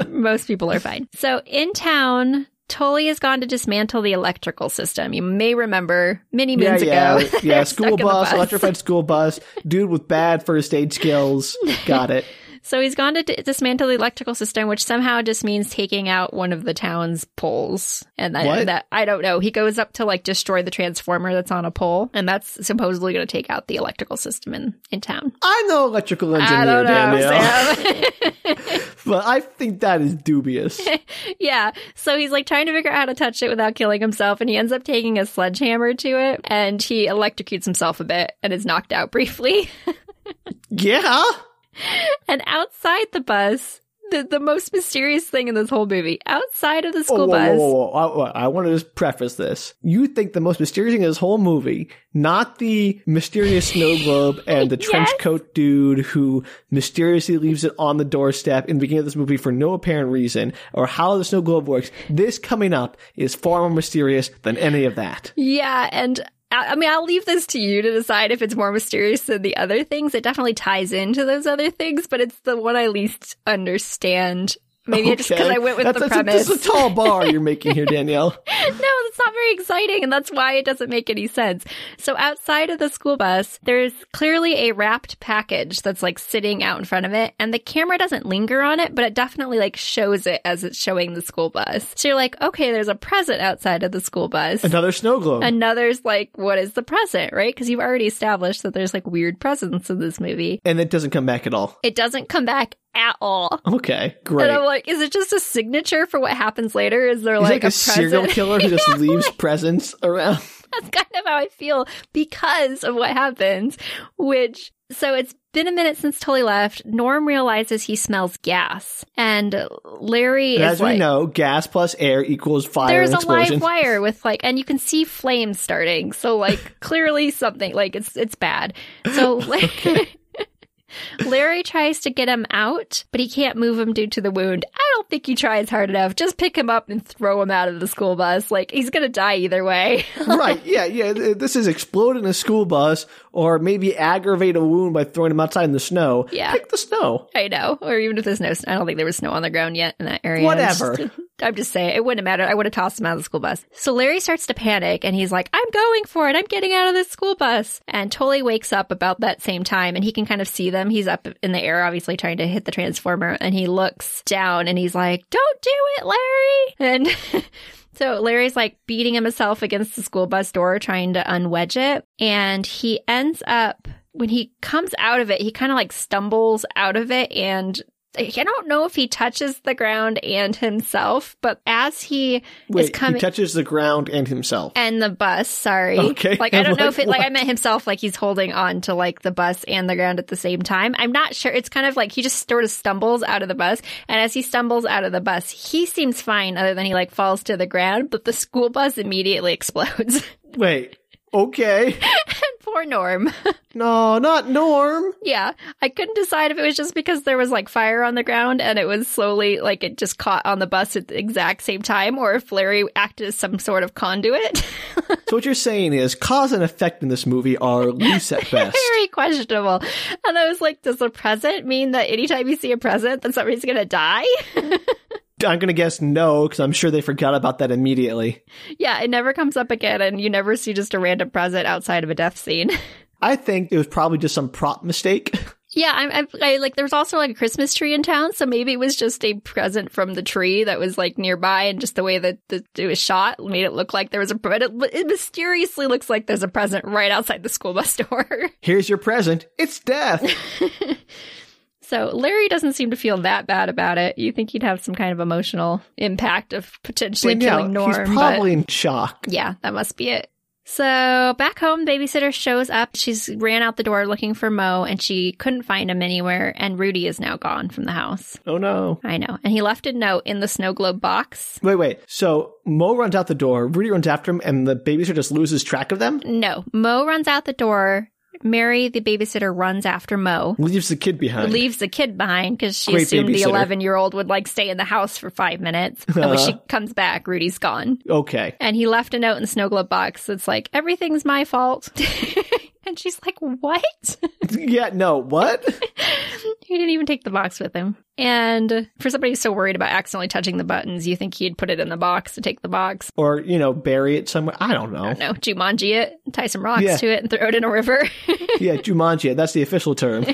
most people are fine. So in town, Tully has gone to dismantle the electrical system. You may remember many moons
yeah,
ago.
yeah. <laughs> yeah.
they're <laughs> stuck
School
in the
bus,
bus.
electrified school bus, dude with bad first aid skills. Got it.
So he's gone to d- dismantle the electrical system, which somehow just means taking out one of the town's poles. And
What?
that, that I don't know. He goes up to like destroy the transformer that's on a pole, and that's supposedly going to take out the electrical system in, in town.
I'm no electrical engineer,
<laughs> I don't know,
Danielle,
Sam.
<laughs> but I think that is
<laughs>
dubious.
Yeah. So he's like trying to figure out how to touch it without killing himself, and he ends up taking a sledgehammer to it, and he electrocutes himself a bit and is knocked out <laughs> briefly.
yeah.
and outside the bus, the, the most mysterious thing in this whole movie, outside of the school
oh, whoa,
bus.
Whoa, whoa, whoa. I- I, want to just preface this. You think the most mysterious thing in this whole movie, not the mysterious snow
<laughs>
globe and the trench
Yes.
coat dude who mysteriously leaves it on the doorstep in the beginning of this movie for no apparent reason, or how the snow globe works. This coming up is far more mysterious than any of that.
Yeah, and I I mean, I'll leave this to you to decide if it's more mysterious than the other things. It definitely ties into those other things, but it's the one I least understand. Maybe I just because
Okay?
I went with
That's-
the
that's a-
premise.
This is a tall bar
<laughs>
you're making here, Danielle.
no, that's not very exciting, and that's why it doesn't make any sense. So outside of the school bus, there's clearly a wrapped package that's like sitting out in front of it, and the camera doesn't linger on it, but it definitely like shows it as it's showing the school bus. So you're like, okay, there's a present outside of the school bus.
Another snow globe.
Another's like, what is the present, right? Because you've already established that there's like weird presents in this movie.
and it doesn't come back at all.
It doesn't come back at all.
Okay, great.
And I'm like, is it just a signature for what happens later? Is there
He's like,
like,
a,
a,
serial
present?
killer
<laughs>
who just leaves presents around.
That's kind of how I feel because of what happens, which so it's been a minute since Tully left. Norm realizes he smells gas, and Larry
And
is
As
like,
we know, gas plus air equals fire
there's
and
a
explosion. <laughs>
live wire with like and you can see flames starting so like <laughs> clearly something like it's it's bad
<laughs>
so <laughs> larry tries to get him out but he can't move him due to the wound i don't think he tries hard enough just pick him up and throw him out of the school bus like he's gonna die either way <laughs>
right, yeah, yeah. th- This is explode in a school bus or maybe aggravate a wound by throwing him outside in the snow.
Yeah.
Pick the snow.
i know or even if there's no i don't think there was snow on the ground yet in that area It's <laughs>
Whatever.
just- I'm just saying, it wouldn't matter. I would have tossed him out of the school bus. So Larry starts to panic and he's like, I'm going for it. I'm getting out of this school bus. And Tully wakes up about that same time and he can kind of see them. He's up in the air, obviously trying to hit the transformer. And he looks down and he's like, Don't do it, Larry. And. <laughs> So Larry's like beating himself against the school bus door, trying to unwedge it. And he ends up, when he comes out of it, he kind of like stumbles out of it and I don't know if he touches the ground and himself, but as he
Wait, he
coming-
touches the ground and himself.
and the bus, sorry.
Okay,
Like I
I'm
don't know
like,
if it like I meant himself like he's holding on to like the bus and the ground at the same time. I'm not sure. It's kind of like he just sort of stumbles out of the bus and as he stumbles out of the bus, he seems fine other than he like falls to the ground, but the school bus immediately <laughs> explodes.
Wait, okay.
Poor Norm.
No, not Norm.
Yeah, I couldn't decide if it was just because there was like fire on the ground and it was slowly like it just caught on the bus at the exact same time, or if Larry acted as some sort of conduit. <laughs>
So what you're saying is cause and effect in this movie are loose at best.
<laughs> Very questionable. And I was like, does the present mean that anytime you see a present, that somebody's gonna die? <laughs>
I'm gonna guess no, because I'm sure they forgot about that immediately.
yeah, it never comes up again, and you never see just a random present outside of a death scene. <laughs>
I think it was probably just some prop mistake. <laughs>
Yeah, I, I, I like there was also like a Christmas tree in town, so maybe it was just a present from the tree that was like nearby, and just the way that the, it was shot made it look like there was a. But it, it mysteriously looks like there's a present right outside the school <laughs> bus door.
Here's your present. It's death.
so Larry doesn't seem to feel that bad about it. You think he'd have some kind of emotional impact of potentially
But no,
killing Norm?
he's
but-
probably in shock.
Yeah, that must be it. So back home, babysitter shows up. She's ran out the door looking for Mo, and she couldn't find him anywhere. And Rudy is now gone from the house.
Oh no.
I know, and he left a note in the snow globe box.
Wait, wait. So Mo runs out the door, Rudy runs after him, and the babysitter just loses track of them?
No, Mo runs out the door. Mary, the babysitter, runs after Mo,
Leaves the kid behind.
leaves the kid behind because she
Great
assumed the
babysitter.
eleven-year-old would like stay in the house for
<laughs>
five minutes. And when she comes back, Rudy's gone.
okay. <laughs>
And he left a note in the snow globe box that's like, everything's my fault. <laughs> and she's like, what? <laughs>
Yeah, no, what?
he didn't even take the box with him. And for somebody who's so worried about accidentally touching the buttons, you think he'd put it in the box to take the box.
or, you know, bury it somewhere. I don't know.
No, Jumanji it, tie some rocks
Yeah.
to it, and throw it in a river. <laughs>
yeah, Jumanji, that's the official term.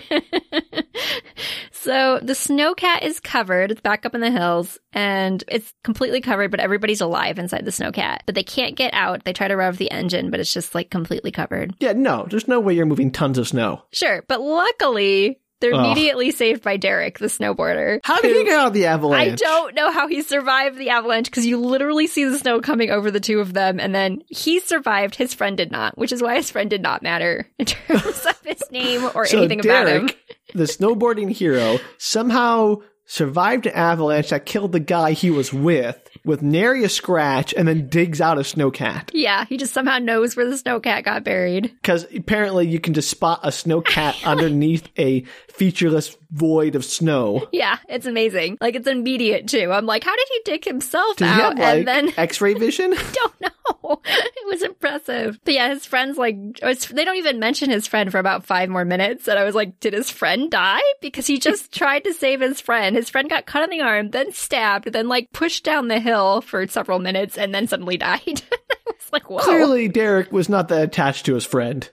so the snowcat is covered. It's back up in the hills, and it's completely covered, but everybody's alive inside the snowcat. But they can't get out. They try to rev the engine, but it's just like completely covered.
Yeah, no, there's no way you're moving tons of snow.
Sure, but luckily they're
Ugh.
immediately saved by Derek, the snowboarder.
How did
who-
he get out of the avalanche?
I don't know how he survived the avalanche because you literally see the snow coming over the two of them, and then he survived. His friend did not, which is why his friend did not matter <laughs> in terms of his name or
So
anything about him.
Derek, the snowboarding hero, somehow survived an avalanche that killed the guy he was with with nary a scratch and then digs out a snowcat.
Yeah, he just somehow knows where the snowcat got buried.
Because apparently you can just spot a
<laughs>
snowcat underneath a featureless void of snow.
Yeah, it's amazing. Like it's immediate too. I'm like, how did he dig himself
Did he have
out?
like
and then <laughs>
X-ray vision?
don't know. <laughs> It was impressive. But yeah, his friend's like, it's- they don't even mention his friend for about five more minutes. And I was like, did his friend die? Because
<laughs>
he just tried to save his friend. His friend got cut on the arm, then stabbed, then like pushed down the hill for several minutes and then suddenly <laughs> died. I was like, whoa.
Clearly, Derek was not that attached to his friend.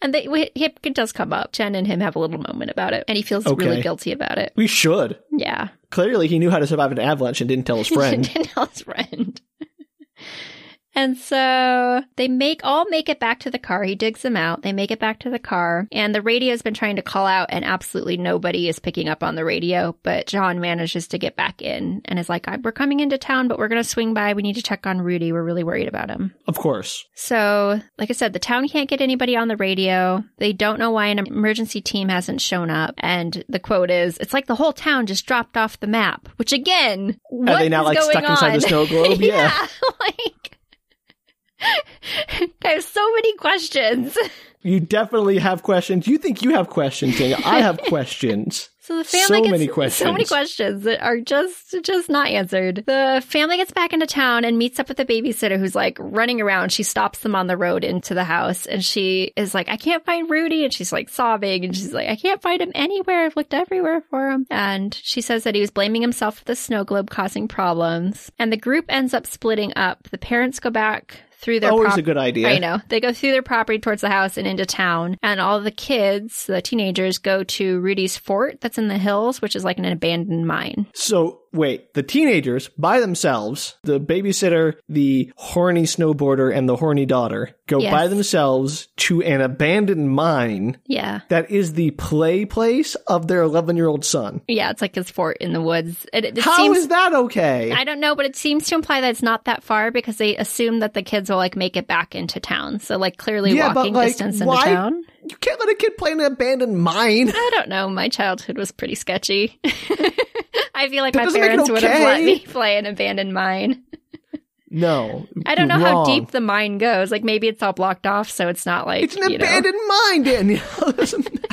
And they, we- it it does come up. Jen and him have a little moment about it. And he feels really
Okay.
guilty about it.
We should.
Yeah.
Clearly, he knew how to survive an avalanche and didn't tell
<laughs>
his friend.
didn't tell his friend. And so they make all make it back to the car. He digs them out. They make it back to the car. And the radio's been trying to call out, and absolutely nobody is picking up on the radio. But John manages to get back in and is like, "I- We're coming into town, but we're going to swing by. We need to check on Rudy. We're really worried about him.
of course.
So, like I said, the town can't get anybody on the radio. They don't know why an emergency team hasn't shown up. And the quote is, "It's like the whole town just dropped off the map." Which again, what
Are they now
is
like
going
stuck
on?
inside
<laughs>
the snow globe?
yeah, like <laughs> I have so many questions.
You definitely have questions. You think you have questions, Daniel. I
<laughs>
have questions.
So the
So
family gets <laughs>
many
so many
questions.
questions that are just just not answered. The family gets back into town and meets up with the babysitter who's like running around. She stops them on the road into the house and she is like, "I can't find Rudy," and she's like sobbing and she's like, "I can't find him anywhere. I've looked everywhere for him." And she says that he was blaming himself for the snow globe causing problems. And the group ends up splitting up. The parents go back through their
Always
prop-
a good idea.
I know. They go through their property towards the house and into town, and all the kids, the teenagers, go to Rudy's fort that's in the hills, which is like an abandoned mine.
So wait, the teenagers by themselves, the babysitter, the horny snowboarder, and the horny daughter go
Yes.
by themselves to an abandoned mine
Yeah.
that is the play place of their 11 year old son.
Yeah, it's like his fort in the woods. It, it
How is
seems.
that okay?
I don't know, but it seems to imply that it's not that far because they assume that the kids will like make it back into town. So like clearly
Yeah, but,
walking
like,
distance into
why-
town.
you can't let a kid play in an abandoned mine. <laughs>
I don't know. My childhood was pretty sketchy. <laughs> I feel like my
doesn't make it
parents would have let
okay.
me <laughs> play an abandoned mine.
No,
I don't know how
wrong.
deep the mine goes. Like maybe it's all blocked off, so it's not like
It's an
you know.
abandoned mine, Danielle. <laughs> It doesn't-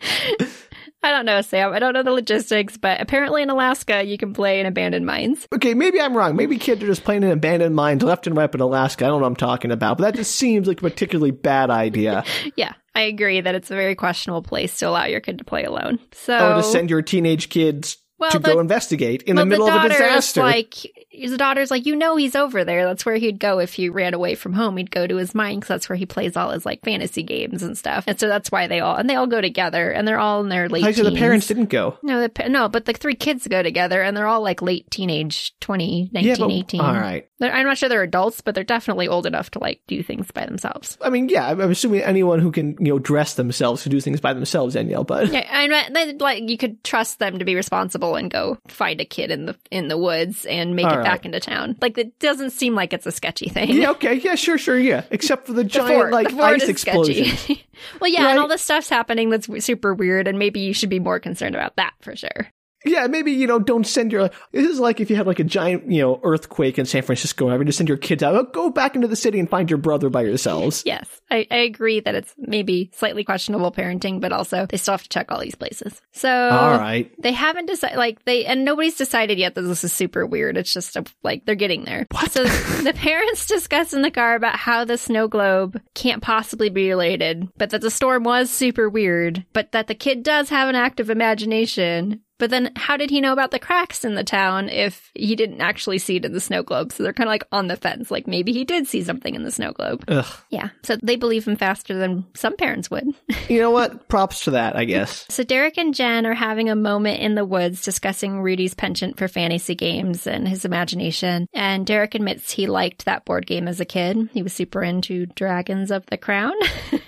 I don't know, Sam. I don't know the logistics, but apparently in Alaska you can play in abandoned mines.
okay, maybe I'm wrong. Maybe kids are just playing in abandoned mines left and right in Alaska. I don't know what I'm talking about, but that just seems like a particularly bad idea.
Yeah, I agree that it's a very questionable place to allow your kid to play alone. So
Or Oh, to send your teenage kids
Well,
to
the-
go investigate in
well,
the middle of a
daughter is
disaster.
like his daughter's like, you know, he's over there. That's where he'd go if he ran away from home. He'd go to his mine because that's where he plays all his like fantasy games and stuff. And so that's why they all and they all go together and they're all in their late.
Like, so the
teens.
parents didn't go.
No, the, pa- no, but the three kids go together and they're all like late teenage, 20, 19,
yeah, but,
18.
all right.
They're- I'm not sure they're adults, but they're definitely old enough to like do things by themselves.
I mean, yeah, I'm I'm assuming anyone who can you know dress themselves to do things by themselves, Danielle. But
Yeah, I mean, then, like you could trust them to be responsible and go find a kid in the in the woods and make
All
it
right.
back into town. Like it doesn't seem like it's a sketchy
<laughs>
thing.
yeah, okay, yeah, sure, sure, yeah. Except for the
<laughs> The
giant
fort-
like
the fort
ice
is
explosion.
<laughs> sketchy. well, yeah, and
Right?
all this stuff's happening that's w- super weird, and maybe you should be more concerned about that for sure.
Yeah, maybe you know, don't send your. This is like if you had like a giant you know earthquake in San Francisco, and having to send your kids out. "Oh, Go back into the city and find your brother by yourselves.
Yes, I, I agree that it's maybe slightly questionable parenting, but also they still have to check all these places. So
All right.
they haven't decided, like they, and nobody's decided yet that this is super weird. It's just a, like they're getting there.
<laughs>
So the parents discuss in the car about how the snow globe can't possibly be related, but that the storm was super weird, but that the kid does have an active imagination. But then, how did he know about the cracks in the town if he didn't actually see it in the snow globe? So they're kind of like on the fence. Like maybe he did see something in the snow globe.
Ugh.
Yeah. So they believe him faster than some parents would.
You know what? Props to that, I guess.
so Derek and Jen are having a moment in the woods discussing Rudy's penchant for fantasy games and his imagination. And Derek admits he liked that board game as a kid. He was super into Dragons of the Crown. <laughs>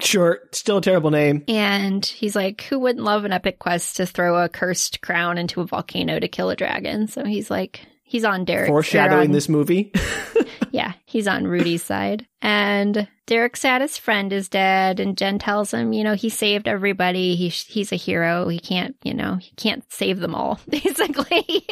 Sure, still a terrible name.
and he's like, who wouldn't love an epic quest to throw a cursed crown into a volcano to kill a dragon? So he's like, he's on Derek.
Foreshadowing this movie. <laughs>
Yeah, he's on Rudy's side. And Derek said his friend is dead, and Jen tells him, you know, he saved everybody. He sh- he's a hero. He can't, you know, he can't save them all, <laughs> basically.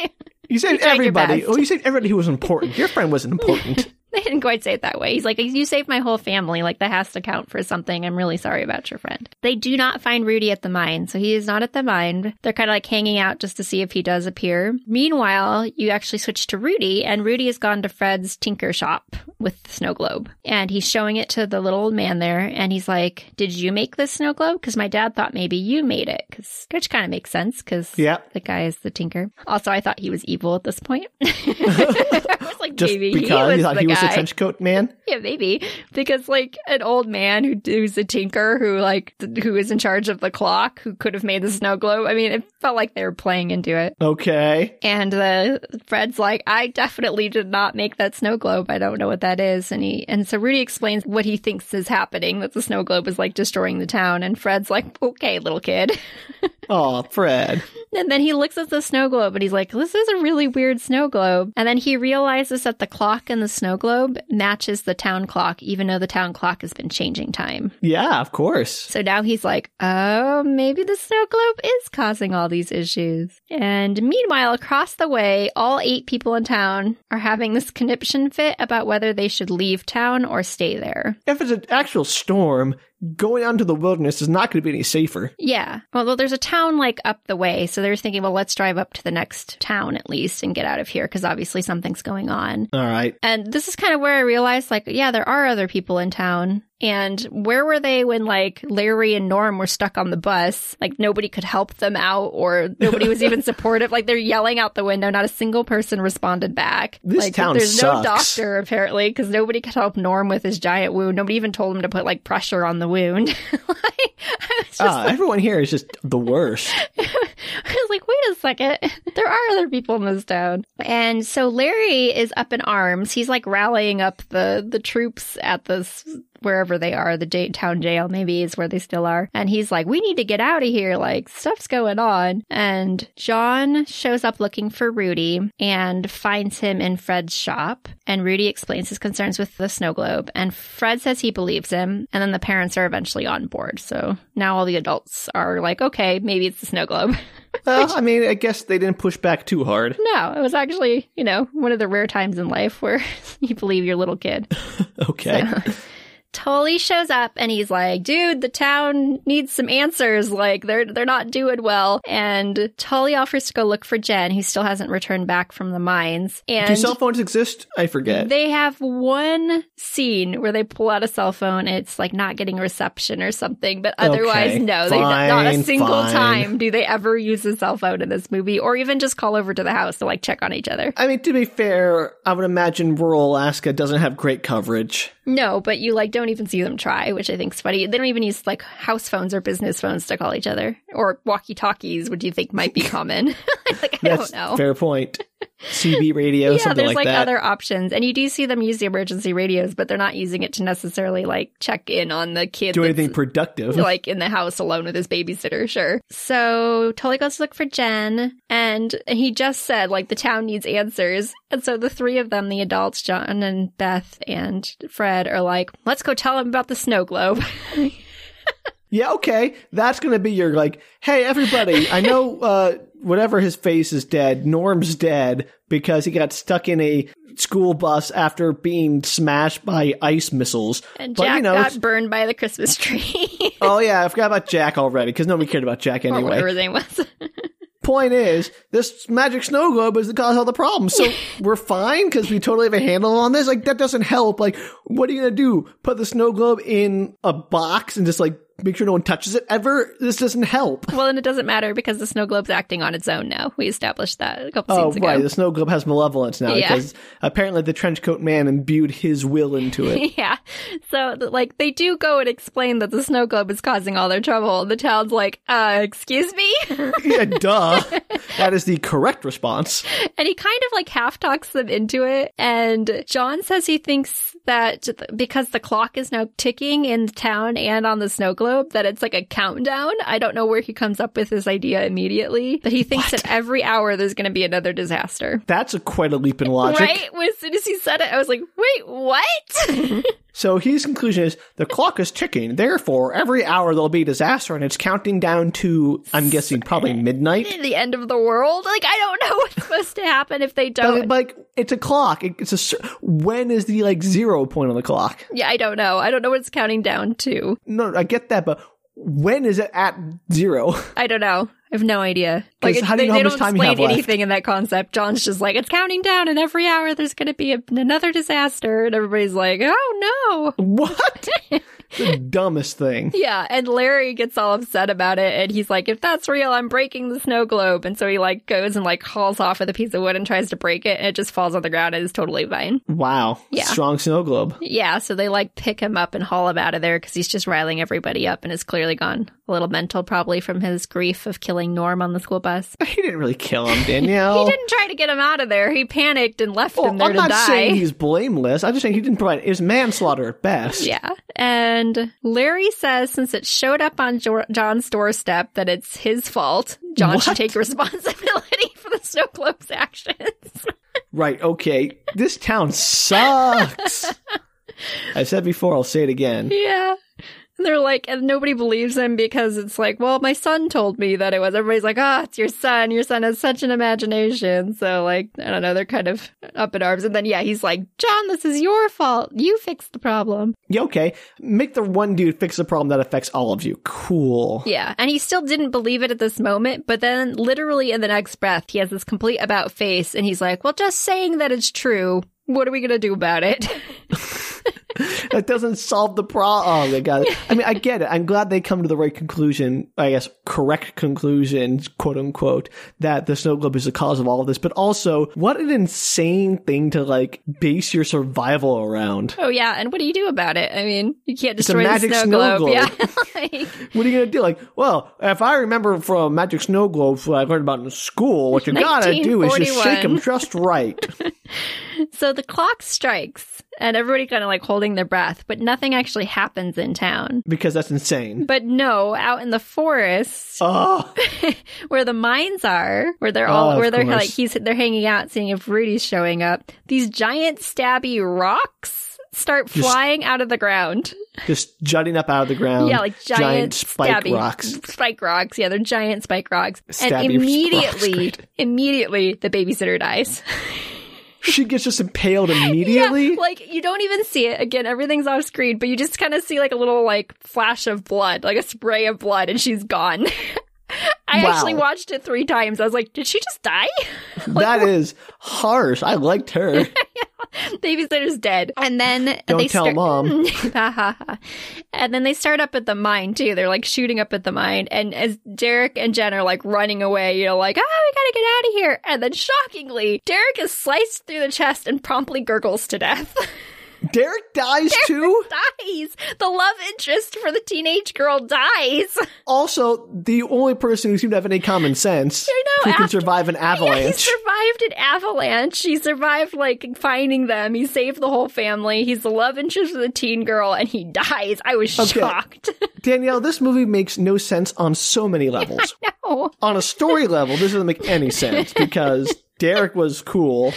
You saved
tried your
everybody.
best.
Oh, you saved everybody who was important. Your friend wasn't
<laughs>
important.
they didn't quite say it that way. He's like, you saved my whole family. Like, that has to count for something. I'm really sorry about your friend. They do not find Rudy at the mine, so he is not at the mine. They're kind of like hanging out just to see if he does appear. Meanwhile, you actually switch to Rudy, and Rudy has gone to Fred's tinker shop with the snow globe. And he's showing it to the little old man there, and he's like, Did you make this snow globe? Because my dad thought maybe you made it, 'Cause- which kind of makes sense because
Yeah.
the guy is the tinker. Also, I thought he was evil at this point. <laughs> I was like,
Just
maybe
because
he was
you thought
the
he was
guy.
a trench coat man.
Yeah, maybe because like an old man who who's a tinker who like th- who is in charge of the clock who could have made the snow globe. I mean, it felt like they were playing into it.
Okay.
And uh, Fred's like, I definitely did not make that snow globe. I don't know what that is. And he and so Rudy explains what he thinks is happening that the snow globe is like destroying the town. And Fred's like, okay, little kid.
Oh, Fred.
And then he looks at the snow globe and he's like, this is a really weird snow globe. And then he realizes that the clock in the snow globe matches the town clock, even though the town clock has been changing time.
Yeah, of course.
So now he's like, oh, maybe the snow globe is causing all these issues. And meanwhile, across the way, all eight people in town are having this conniption fit about whether they should leave town or stay there.
If it's an actual storm, going out into the wilderness is not going to be any safer.
Yeah. Although there's a town like up the way. So they're thinking, well, let's drive up to the next town at least and get out of here because obviously something's going on.
All right.
And this is kind of where I realized, like, yeah, there are other people in town. And where were they when, like, Larry and Norm were stuck on the bus? Like, nobody could help them out
<laughs>
or nobody was even supportive. Like, they're yelling out the window. Not a single person responded back.
This
like,
town
There's no
sucks.
doctor, apparently, because nobody could help Norm with his giant wound. Nobody even told him to put, like, pressure on the wound. <laughs> like, I was just
Ah, everyone here is just the
<laughs>
worst.
I was like, wait a second. <laughs> There are other people in this town. And so Larry is up in arms. He's like rallying up the, the troops at this, wherever they are, the J- town jail maybe is where they still are. And he's like, we need to get out of here. Like, stuff's going on. And John shows up looking for Rudy and finds him in Fred's shop. And Rudy explains his concerns with the snow globe. And Fred says he believes him. And then the parents are eventually on board. So now all the adults are like, okay, maybe it's the snow globe.
Well, I mean, I guess they didn't push back too hard.
No, it was actually, <laughs> you know, one of the rare times in life where you believe your little kid.
Okay.
Tully shows up and he's like, dude, the town needs some answers. Like they're they're not doing well. And Tully offers to go look for Jen, who still hasn't returned back from the mines. And
Do cell phones exist? I forget.
they have one scene where they pull out a cell phone. And it's like not getting reception or something, but otherwise,
Okay.
no, they not a
Fine,
single
fine.
time do they ever use a cell phone in this movie, or even just call over to the house to like check on each other.
I mean, to be fair, I would imagine rural Alaska doesn't have great coverage.
No, but you like don't even see them try, which I think's funny. They don't even use like house phones or business phones to call each other or walkie talkies, which you think might be common. <laughs> like I
That's
don't know.
fair
<laughs>
point. CB radio,
yeah,
something
there's
like,
like,
that.
other options, and you do see them use the emergency radios, but they're not using it to necessarily like check in on the kid.
Do
that's,
anything productive.
<laughs> Like in the house alone with his babysitter, sure. So Tully goes to look for Jen, and he just said, like, the town needs answers. And so the three of them, the adults, John and Beth and Fred, are like, let's go tell him about the snow globe. <laughs>
yeah, okay. That's going to be your, like, hey, everybody, I know uh, whatever his face is dead, Norm's dead because he got stuck in a school bus after being smashed by ice missiles.
And
But,
Jack
you know,
got
it's-
burned by the Christmas tree. <laughs>
oh, yeah, I forgot about Jack already because nobody cared about Jack
or
anyway.
whatever his name was. <laughs>
point is, this magic snow globe is the cause of all the problems.
<laughs>
So we're fine because we totally have a handle on this. Like that doesn't help. Like, what are you gonna do? Put the snow globe in a box and just like make sure no one touches it ever? This doesn't help.
well, and it doesn't matter because the snow globe's acting on its own now. We established that a couple
Oh
scenes ago. <laughs>
right, the snow globe has malevolence now
Yeah.
because apparently the trench coat man imbued his will into
<laughs>
it.
yeah. So, th- like, they do go and explain that the snow globe is causing all their trouble. The town's like, uh, excuse me? <laughs>
yeah, duh. That is the correct response.
and he kind of, like, half talks them into it. And John says he thinks that th- because the clock is now ticking in the town and on the snow globe, that it's like a countdown. I don't know where he comes up with this idea immediately, but he thinks that every hour there's going to be another disaster.
That's a quite a leap in logic.
Right? When- As soon as he said it, I was like, wait, what?
So his conclusion is the clock is ticking. Therefore, every hour there'll be disaster, and it's counting down to I'm guessing probably midnight.
<laughs> the end of the world. Like I don't know <laughs> what's supposed to happen if they
But,
don't.
but, Uh, like it's a clock. It- It's a cer- when is the like zero point on the clock?
yeah, I don't know. I don't know what it's counting down to.
No, I get that, but when is it at zero? <laughs>
I don't know. I have no idea. Like
'Cause
it-
how do
they,
you know
they
how much
don't
time you
explain
have left?
anything in that concept. John's just like it's counting down, and every hour there's going to be a, another disaster, and everybody's like, oh no. <laughs>
What? the dumbest thing.
Yeah, and Larry gets all upset about it, and he's like, "If that's real, I'm breaking the snow globe." And so he like goes and like hauls off with a piece of wood and tries to break it, and it just falls on the ground and is totally fine.
Wow.
Yeah.
Strong snow globe.
Yeah, so they like pick him up and haul him out of there because he's just riling everybody up and has clearly gone a little mental, probably from his grief of killing Norm on the school bus.
<laughs> He didn't really kill
<laughs>
him, Danielle.
He didn't try to get him out of there. He panicked and left
Well,
him there
I'm
to
not
die. <laughs>
saying he's blameless. I'm just saying he didn't provide. It was manslaughter at best.
yeah. And Larry says since it showed up on jo- John's doorstep that it's his fault, John should
What?
take responsibility <laughs> for the snow globe's actions.
Right, okay. This town
<laughs>
sucks. I said before, I'll say it again.
Yeah. And they're like, and nobody believes him because it's like, well, my son told me that it was. Everybody's like, ah, it's your son. Your son has such an imagination. So, like, I don't know. They're kind of up in arms. And then, yeah, he's like, John, this is your fault. You fixed the problem.
Yeah, okay. Make the one dude fix the problem that affects all of you. Cool.
Yeah. And he still didn't believe it at this moment. But then, literally, in the next breath, he has this complete about face and he's like, well, just saying that it's true. What are we going to do about it? <laughs>
That doesn't solve the problem. Oh, my God. I mean, I
<laughs>
get it. I'm glad they come to the right conclusion, I guess, correct conclusion, quote unquote, that the snow globe is the cause of all of this. But also, what an insane thing to, like, base your survival around.
oh, yeah. And what do you do about it? I mean, you can't
a
destroy the
magic
snow,
snow
globe.
globe.
Yeah. <laughs> Like-
What are you going to do? Like, well, if I remember from Magic Snow Globe, what I learned about in school, what you got to do is just shake them
1941.
just right.
So the clock strikes, and everybody kind of like holding their breath, but nothing actually happens in town.
because that's
<laughs>
insane.
But no, out in the forest
Oh,
where the mines are, where they're all,
Oh, of
where they're
course.
like he's they're hanging out, seeing if Rudy's showing up. These giant stabby rocks start
Just-
flying out of the ground.
just jutting up out of the ground.
yeah, like giant,
Oh, spike
stabby,
rocks.
spike rocks. Yeah, they're giant spike rocks.
Stabby
and
rocks,
immediately,
great.
immediately, the babysitter dies.
she gets just impaled immediately.
<laughs> Yeah, like you don't even see it. Again, everything's off screen, but you just kind of see like a little like flash of blood, like a spray of blood, and she's gone. <laughs> I
Wow.
actually watched it three times. I was like, did she just die? <laughs>
that is harsh. I liked her.
<laughs> Babysitter's dead. And then
Don't
they
tell
start-
mom.
Ha, ha, ha. <laughs> and then they start up at the mine too. They're like shooting up at the mine, and as Derek and Jen are like running away, you know, like oh, we gotta get out of here. And then shockingly, Derek is sliced through the chest and promptly gurgles to death. <laughs>
Derek dies too.
dies. The love interest for the teenage girl dies. <laughs>
Also, the only person who seemed to have any common sense
know,
who can
after-
survive an
Yeah, he
avalanche.
survived an avalanche. He survived like finding them. He saved the whole family. He's the love interest of the teen girl, and he dies. I was
Okay.
shocked. <laughs>
Danielle, this movie makes no sense on so many levels.
no.
on a story level, this doesn't make any sense because Derek was cool.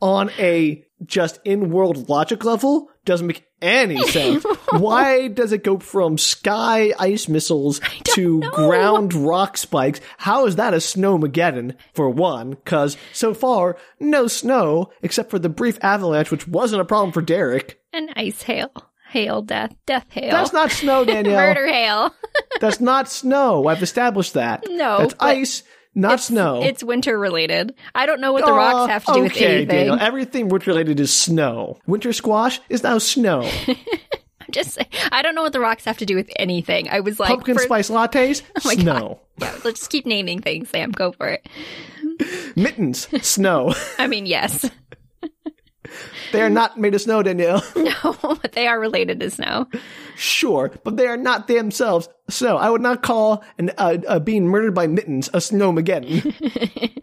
On a just in world logic level, doesn't make any sense. Why does it go from sky ice missiles to ground rock spikes? How is that a snowmageddon, for one? Because so far, no snow, except for the brief avalanche, which wasn't a problem for Derek.
An ice hail. Hail death. Death hail.
That's not snow, Danielle.
Murder hail.
That's not snow. I've established that.
No,
That's
but
ice, not snow.
<laughs> It's winter related. I don't know what the rocks
Uh,
have to do with
okay,
anything.
Daniel, everything winter related is snow. Winter squash is now
<laughs>
snow.
I'm just saying. I don't know what the rocks have to do with anything. I was like,
Pumpkin
for- Oh
spice
<laughs>
lattes,
my God.
snow.
Yeah, let's just keep naming things, Sam. Go for it.
Mittens,
<laughs>
snow. <laughs>
I mean, yes.
they are not made of snow,
<laughs>
Danielle.
No, but they are related to snow.
sure, but they are not themselves snow. I would not call an uh, uh, being murdered by mittens a
<laughs>
snowmageddon.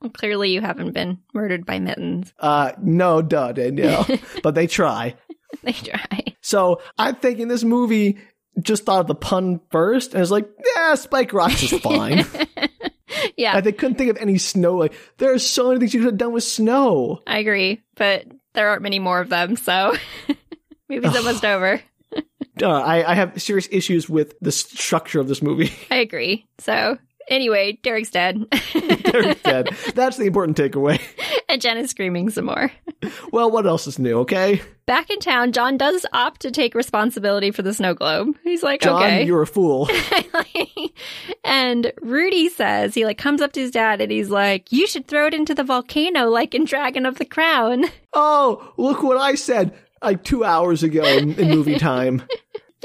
Well, Clearly, you haven't been murdered by mittens. <laughs>
uh, no, duh, Danielle. but they try.
They try.
So I'm thinking this movie just thought of the pun first and it's like, yeah, Spike Rocks is fine.
Yeah, I,
Like they couldn't think of any snow. Like there are so many things you could have done with snow.
agree, but there aren't many more of them, so <laughs> movie's almost over.
Uh, I, I have serious issues with the structure of this movie. <laughs>
I agree. So, anyway, Derek's dead, <laughs>
Very sad. That's the important takeaway.
and Jen is screaming some more.
Well, what else is new? Okay,
Back in town, John does opt to take responsibility for the snow globe. He's like,
John,
okay.
you're a fool.
<laughs> and Rudy says, he like comes up to his dad and he's like, you should throw it into the volcano like in Dragon of the Crown. <laughs>
oh, look what I said like two hours ago in, in movie time.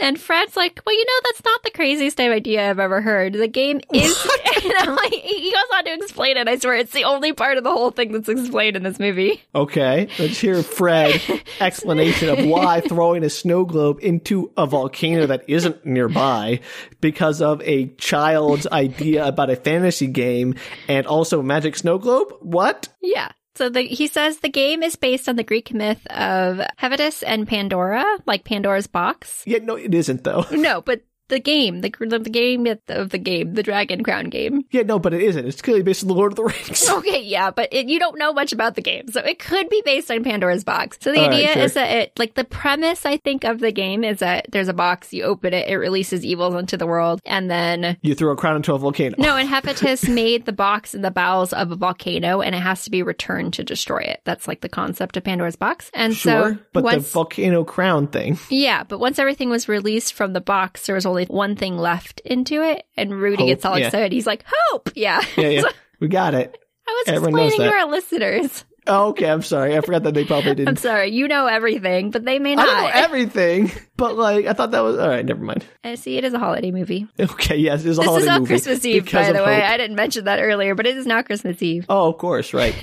And Fred's like, well, you know, that's not the craziest idea I've ever heard. The <laughs> game is. and I'm like, he goes on to explain it. I swear, it's the only part of the whole thing that's explained in this movie.
Okay, let's hear Fred explanation of
<laughs>
why throwing a snow globe into a volcano that isn't nearby because of a child's idea about a fantasy game and also magic snow globe. What?
<laughs> Yeah. So the, he says the game is based on the Greek myth of Hevedus and Pandora, like Pandora's box.
Yeah, no, it isn't though. <laughs>
No, but the game, the, the game myth of the game, the Dragon
<laughs>
Crown game.
Yeah, no, but it isn't. It's clearly based on the Lord of the Rings.
Okay, yeah, but it, you don't know much about the game, so it could be based on Pandora's box. So the
All right,
idea
sure.
is that it, like the premise, I think, of the game is that there's a box, you open it, it releases evils into the world, and then.
<laughs> You throw a crown into a volcano.
No, and Hepatus
<laughs>
made the box in the bowels of a volcano, and it has to be returned to destroy it. That's like the concept of Pandora's box. And
sure,
so,
but
once,
the volcano crown thing.
yeah, but once everything was released from the box, there was only one thing left into it, and Rudy
Hope,
gets all
yeah.
excited. He's like, "Hope, <laughs> yeah." <laughs>
Yeah, yeah, <laughs> we got it.
I was
Everyone knows
explaining to
that.
our listeners.
Oh, okay, I'm sorry. I forgot that they probably
<laughs> I'm
didn't.
sorry, you know everything, but they may
I
not.
don't know everything, but like I thought that was all right. Never mind.
I see it as a holiday movie.
<laughs> Okay, yes, it's a
This
holiday
is on
movie
Christmas Eve,
because
by
of
the way.
hope.
I didn't mention that earlier, but it is now Christmas Eve.
Oh, of course,
<laughs>
right.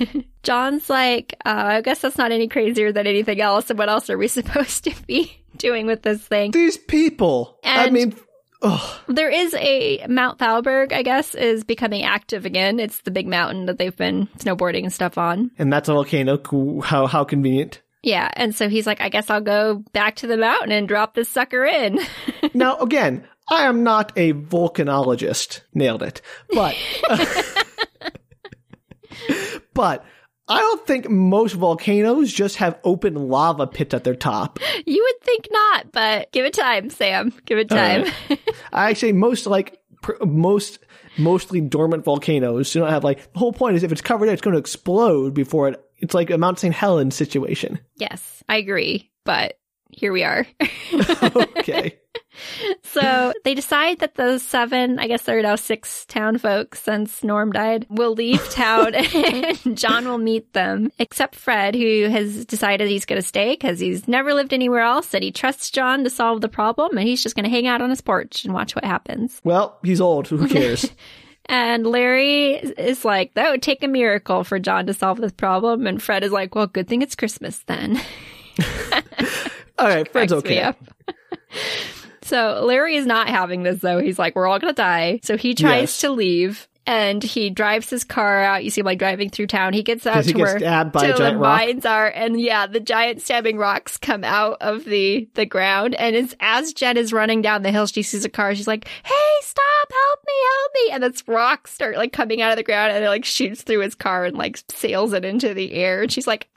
John's like, uh, I guess that's not any crazier than anything else. And what else are we <laughs> supposed to be doing with this thing?
These people. I
And-
mean, oh,
There is a Mount Thalberg, I guess, is becoming active again. It's the big mountain that they've been snowboarding and stuff on.
and that's a volcano. Cool. How how
<laughs>
convenient.
Yeah. And so he's like, I guess I'll go back to the mountain and drop this sucker in. <laughs>
Now, again, I am not a volcanologist. Nailed it. But <laughs> but I don't think most volcanoes just have open lava pits at their top.
you would think not, but give it time, Sam. Give it time.
I say most like pr- most mostly dormant volcanoes do not have like the whole point is if it's covered it's going to explode before it It's like a Mount St. Helens situation.
<laughs> Yes, I agree, but here we are. <laughs>
okay.
so they decide that those seven, I guess there are now six town folks since Norm died, will leave town and John will meet them, except Fred, who has decided he's going to stay because he's never lived anywhere else and he trusts John to solve the problem and he's just going to hang out on his porch and watch what happens.
Well, he's old. Who
<laughs>
cares?
And Larry is like, that would take a miracle for John to solve this problem. And Fred is like, well, good thing it's Christmas then. <laughs>
All right, Fred's
Cracks me
okay.
up. <laughs> so Larry is not having this though. He's like, we're all gonna die. So he tries
Yes.
to leave and he drives his car out. You see him like driving through town. He gets out
Because
to
he gets
where
stabbed by
to
a giant
the
rock.
mines are, and yeah, the giant stabbing rocks come out of the the ground. And it's as Jen is running down the hill, she sees a car. She's like, "Hey, stop! Help me! Help me!" And this rock start like coming out of the ground, and it like shoots through his car and like sails it into the air. And she's like,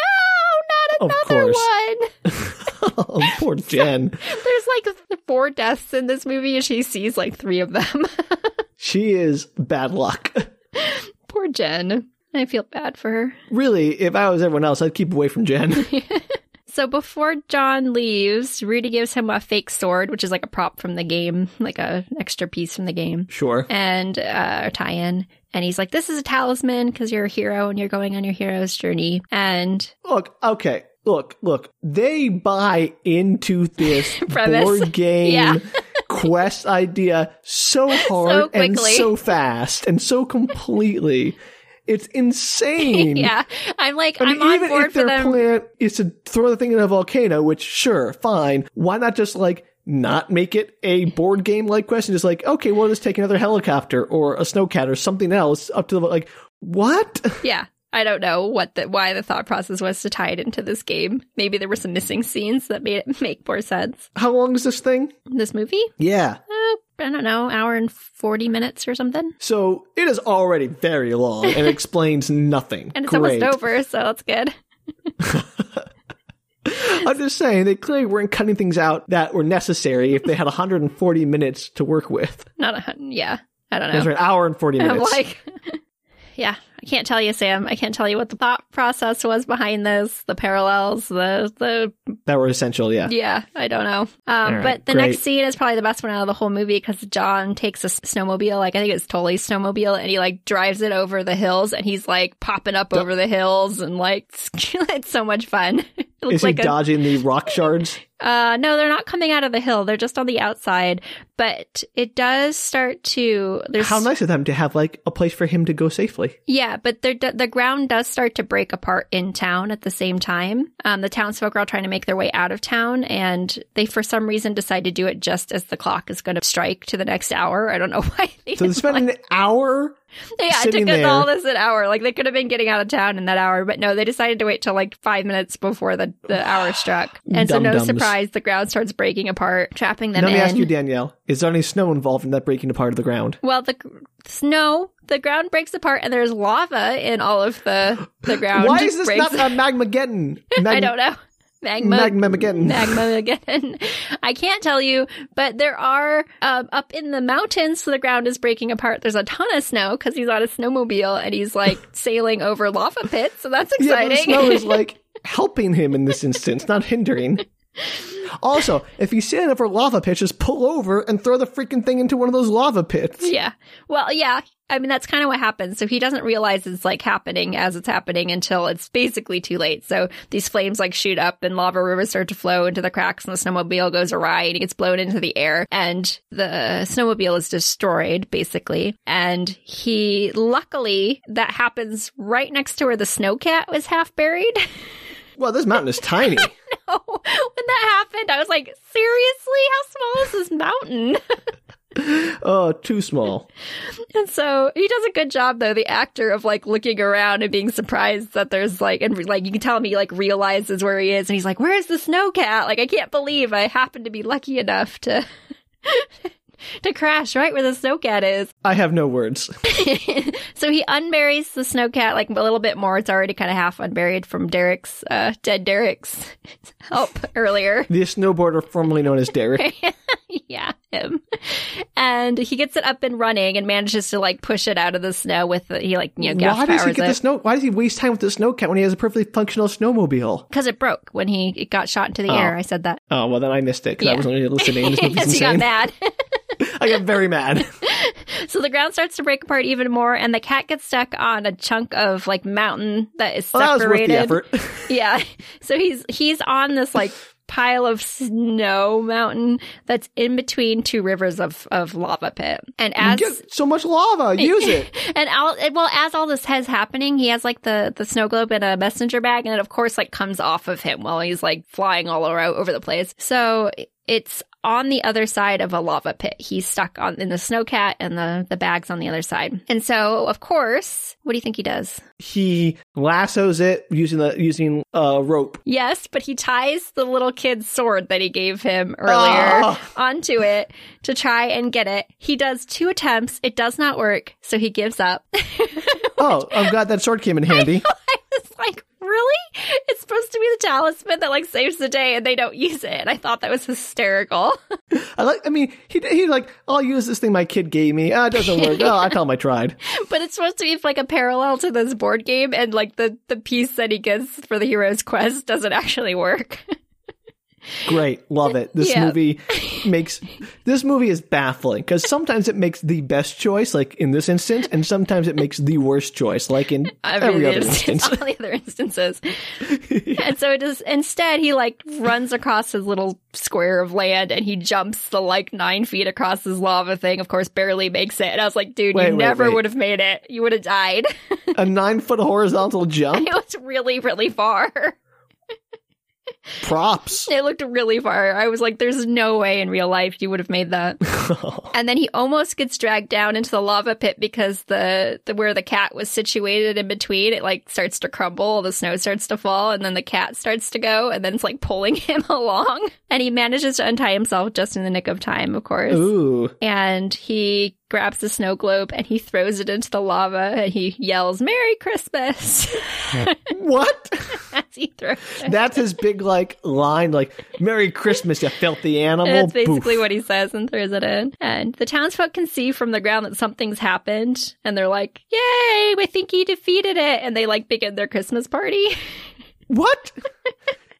"Ah, no!
Of
Not another
course.
one!"
<laughs>
<laughs>
oh, poor Jen.
There's like four deaths in this movie, and she sees like three of them. <laughs>
She is bad luck. <laughs>
Poor Jen. I feel bad for her.
really, if I was everyone else, I'd keep away from
<laughs>
Jen. <laughs>
So before John leaves, Rudy gives him a fake sword, which is like a prop from the game, like a an extra piece from the game,
sure.
and uh, a tie-in. And he's like, "This is a talisman because you're a hero and you're going on your hero's journey." And
Look, okay. Look, look. They buy into this
<laughs> Premise.
board game
Yeah.
<laughs> quest idea
<laughs>
so hard and
quickly.
so fast and so completely.
<laughs>
It's insane.
yeah, I'm like,
I mean,
I'm on
even
board
if
for
their
them.
plan is to throw the thing in a volcano, which sure, fine. Why not just like not make it a board game like question? Just like, okay, we'll just take another helicopter or a snowcat or something else up to the like, what? <laughs>
Yeah. I don't know what the why the thought process was to tie it into this game. Maybe there were some missing scenes that made it <laughs> make more sense.
How long is this thing?
This movie?
Yeah.
Uh, I don't know, hour and 40 minutes or something.
So it is already very long
<laughs>
and explains nothing.
And it's
Great.
almost over, so that's good.
I'm just saying they clearly weren't cutting things out that were necessary if they had 140 minutes to work with.
Not a hun- yeah. I don't
That's
know.
right, hour and 40
I'm
minutes.
Oh. <laughs> like Yeah, I can't tell you, Sam. I can't tell you what the thought process was behind this, the parallels, the the
that were essential. Yeah.
Yeah, I don't know.
All
Um,
right,
but the
great.
next scene is probably the best one out of the whole movie because John takes a s- snowmobile, like I think it's Tolly's snowmobile, and he like drives it over the hills, and he's like popping up
Yep.
over the hills, and like <laughs> it's so much fun. <laughs> It looks
Is he
like a
dodging the
<laughs>
rock shards?
uh, no, they're not coming out of the hill; they're just on the outside. But it does start to there's
How nice of them to have like a place for him to go safely.
Yeah, but the the ground does start to break apart in town at the same time. Um, the townsfolk are all trying to make their way out of town, and they for some reason decide to do it just as the clock is going to strike to the next hour. I don't know <laughs> why. They
So they
didn't
spent
like-
an hour.
yeah, it
sitting
took us
there.
all this an hour. Like they could have been getting out of town in that hour, but no, they decided to wait till like five minutes before the, the hour
<sighs>
struck. And so, no
Dum-dums.
surprise, the ground starts breaking apart, trapping them
Let me
in.
ask you, Danielle: Is there any snow involved in that breaking apart of the ground?
well, the gr- snow, the ground breaks apart, and there's lava in all of the the
<gasps>
ground.
Why is this
breaks
not a magmageddon? Mag-
<laughs> I don't know. Magma.
Magmamageddon.
Magma again. <laughs> I can't tell you, but there are um, up in the mountains, so the ground is breaking apart. There's a ton of snow because he's on a snowmobile and
<laughs>
he's like sailing over lava pits, so that's
<laughs> yeah, but the
exciting.
snow is like helping him in this instance, not hindering. Also, if he's sitting over lava pits, just pull over and throw the freaking thing into one of those lava pits.
yeah. Well, yeah. I mean, that's kind of what happens. So he doesn't realize it's like happening as it's happening until it's basically too late. So these flames like shoot up and lava rivers start to flow into the cracks and the snowmobile goes awry and it gets blown into the air and the snowmobile is destroyed basically. And he luckily that happens right next to where the snowcat was half buried. <laughs> Oh,
Well, this mountain is tiny.
when that happened, I was like, seriously? How small is this mountain?
oh, too small.
And <laughs> so he does a good job though, the actor of like looking around and being surprised that there's like and like you can tell him he like realizes where he is and he's like, Where's the snow cat? Like I can't believe I happened to be lucky enough to <laughs> to crash right where the snow cat is.
I have no words.
so he unburies the snow cat like a little bit more. It's already kinda half unburied from Derek's uh dead Derek's <laughs> help earlier. <laughs>
The snowboarder formerly known as Derek.
yeah, him. And he gets it up and running and manages to like push it out of the snow with the, he like, you know, gas
why does he
powers
get the
it.
snow? Why does he waste time with the snow cat when he has a perfectly functional snowmobile?
Because it broke when he it got shot into the
Oh.
air. I said that.
Oh well, then I missed it because I
Yeah.
wasn't really listening.
<laughs>
This movie's
Yes, he got
insane.
mad.
I got very
<laughs>
mad.
so the ground starts to break apart even more, and the cat gets stuck on a chunk of like mountain that is
Well, Oh, that was worth
separated.
the effort.
<laughs> yeah. So he's he's on this like pile of snow mountain that's in between two rivers of of lava pit. And
<laughs>
as
you get so much lava. Use it.
<laughs> and all and, well as all this has happening, he has like the the snow globe in a messenger bag, and it of course like comes off of him while he's like flying all around over the place. So it's on the other side of a lava pit. He's stuck on in the snow cat, and the the bag's on the other side. And so of course, what do you think he does?
He lassos it using the using a rope.
Yes, but he ties the little kid's sword that he gave him earlier
Ah.
onto it to try and get it. He does two attempts. It does not work, so he gives up. <laughs>
Oh, I'm glad that sword came in handy.
I was like, really? It's supposed to be the talisman that like saves the day, and they don't use it. And I thought that was hysterical. <laughs>
I like. I mean, he he like. I'll use this thing my kid gave me. Ah, it doesn't
<laughs>
work. oh, I tell him I tried.
but it's supposed to be like a parallel to this board game, and like the the piece that he gets for the hero's quest doesn't actually work. <laughs>
Great, love it. This
Yeah.
movie makes this movie is baffling because sometimes it makes the best choice, like in this instance, and sometimes it makes the worst choice, like in
I
every
mean,
other
it's,
instance.
<laughs> all the
<laughs>
other instances. And so it is instead he like runs across his little square of land and he jumps the like nine feet across his lava thing, of course barely makes it. And I was like, dude,
Wait,
you
wait,
never
wait.
would have made it. You would have died. <laughs>
A nine foot horizontal jump.
it was really, really far. <laughs>
Props.
It looked really far. I was like, there's no way in real life you would have made that. and then he almost gets dragged down into the lava pit because the, the where the cat was situated in between, it like starts to crumble, the snow starts to fall, and then the cat starts to go, and then it's like pulling <laughs> him along. And he manages to untie himself just in the nick of time, of
<laughs>
course.
Ooh.
And he grabs the snow globe and he throws it into the lava and he yells, Merry Christmas <laughs>
What?
as he throws it.
That's his big like line, like "Merry Christmas, you filthy animal."
That's basically
Boof.
what he says and throws it in. And the townsfolk can see from the ground that something's happened, and they're like, "Yay! We think he defeated it!" And they like begin their Christmas party. <laughs>
What?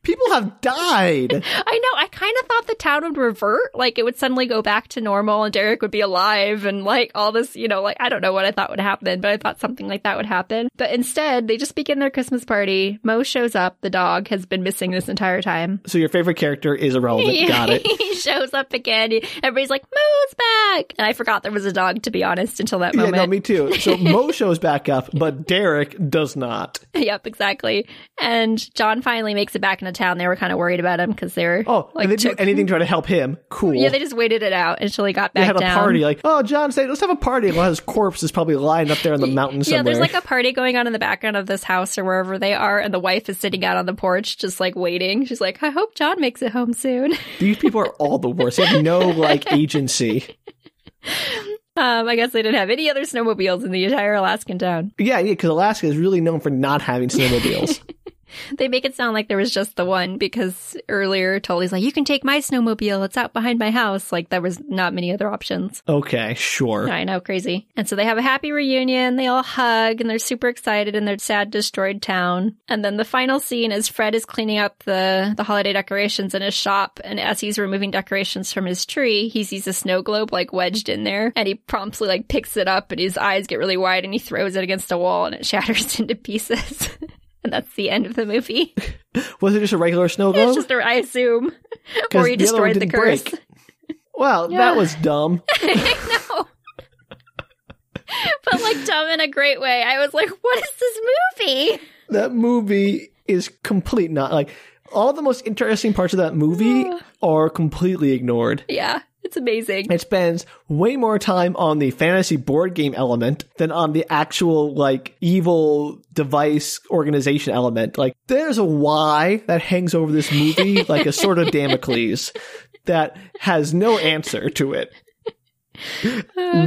People have died.
I know. I kind of thought the town would revert, like it would suddenly go back to normal, and Derek would be alive, and like all this, you know, like I don't know what I thought would happen, but I thought something like that would happen. But instead, they just begin their Christmas party. Mo shows up. The dog has been missing this entire time.
So your favorite character is irrelevant. Got
<laughs>
it.
he shows up again. Everybody's like, Mo's back. And I forgot there was a dog, to be honest, until that
Yeah,
moment.
no, me too. So Mo shows back up, but Derek does not.
<laughs> yep, exactly. And John finally makes it back into town. They were kind of worried about him because they were.
Oh,
like,
and they do
took-
anything to
<laughs>
try to help him. Cool.
Yeah, they just waited it out until he got back
They had a
down.
party. Like, oh, John said, let's have a party while his corpse is probably lying up there on the mountain somewhere.
<laughs> Yeah, there's like a party going on in the background of this house or wherever they are, and the wife is sitting out on the porch just like waiting. She's like, I hope John makes it home soon.
<laughs>
<laughs>
These people are all the worst. They have no like agency.
Um, I guess they didn't have any other snowmobiles in the entire Alaskan town.
Yeah, yeah, because Alaska is really known for not having snowmobiles.
<laughs> They make it sound like there was just the one because earlier Tolly's like, you can take my snowmobile. It's out behind my house. Like there was not many other options.
okay, sure.
I know, crazy. And so they have a happy reunion. They all hug and they're super excited in their sad, destroyed town. And then the final scene is Fred is cleaning up the, the holiday decorations in his shop. And as he's removing decorations from his tree, he sees a snow globe like wedged in there. And he promptly like picks it up and his eyes get really wide and he throws it against a wall and it <laughs> shatters into pieces. <laughs> and that's the end of the movie.
Was it just a regular snow
It's
globe?
just, a- I <laughs> assume,
'Cause
or he
the other one
destroyed the
didn't
curse.
break.
<laughs>
Well,
Yeah.
that was dumb.
I know, but like dumb in a great way. I was like, "What is this movie?"
That movie is complete not like all the most interesting parts of that movie are completely ignored.
Yeah, it's amazing.
It spends way more time on the fantasy board game element than on the actual like evil device organization element. Like there's a why that hangs over this
<laughs>
movie like a sort of Damocles that has no answer to it.
Oh,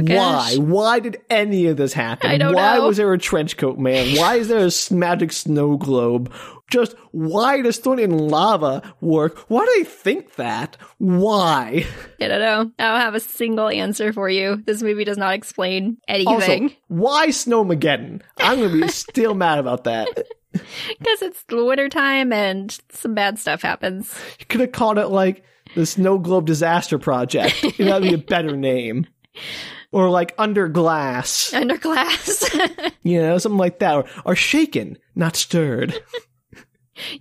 Why?
gosh.
Why did any of this happen?
I don't
Why
know.
was there a trench coat man? Why is there a s- magic snow globe? Just why does throwing it in lava work? Why do they think that? Why?
I don't know. I don't have a single answer for you. This movie does not explain anything <laughs>
Also, why Snowmageddon? I'm gonna be still mad about that.
because it's the wintertime and some bad stuff happens. <laughs>
You could have called it like the Snow Globe Disaster Project. That'd be a better name. Or like under glass,
Under glass.
you know, something like that. Or, or shaken, not stirred.
<laughs>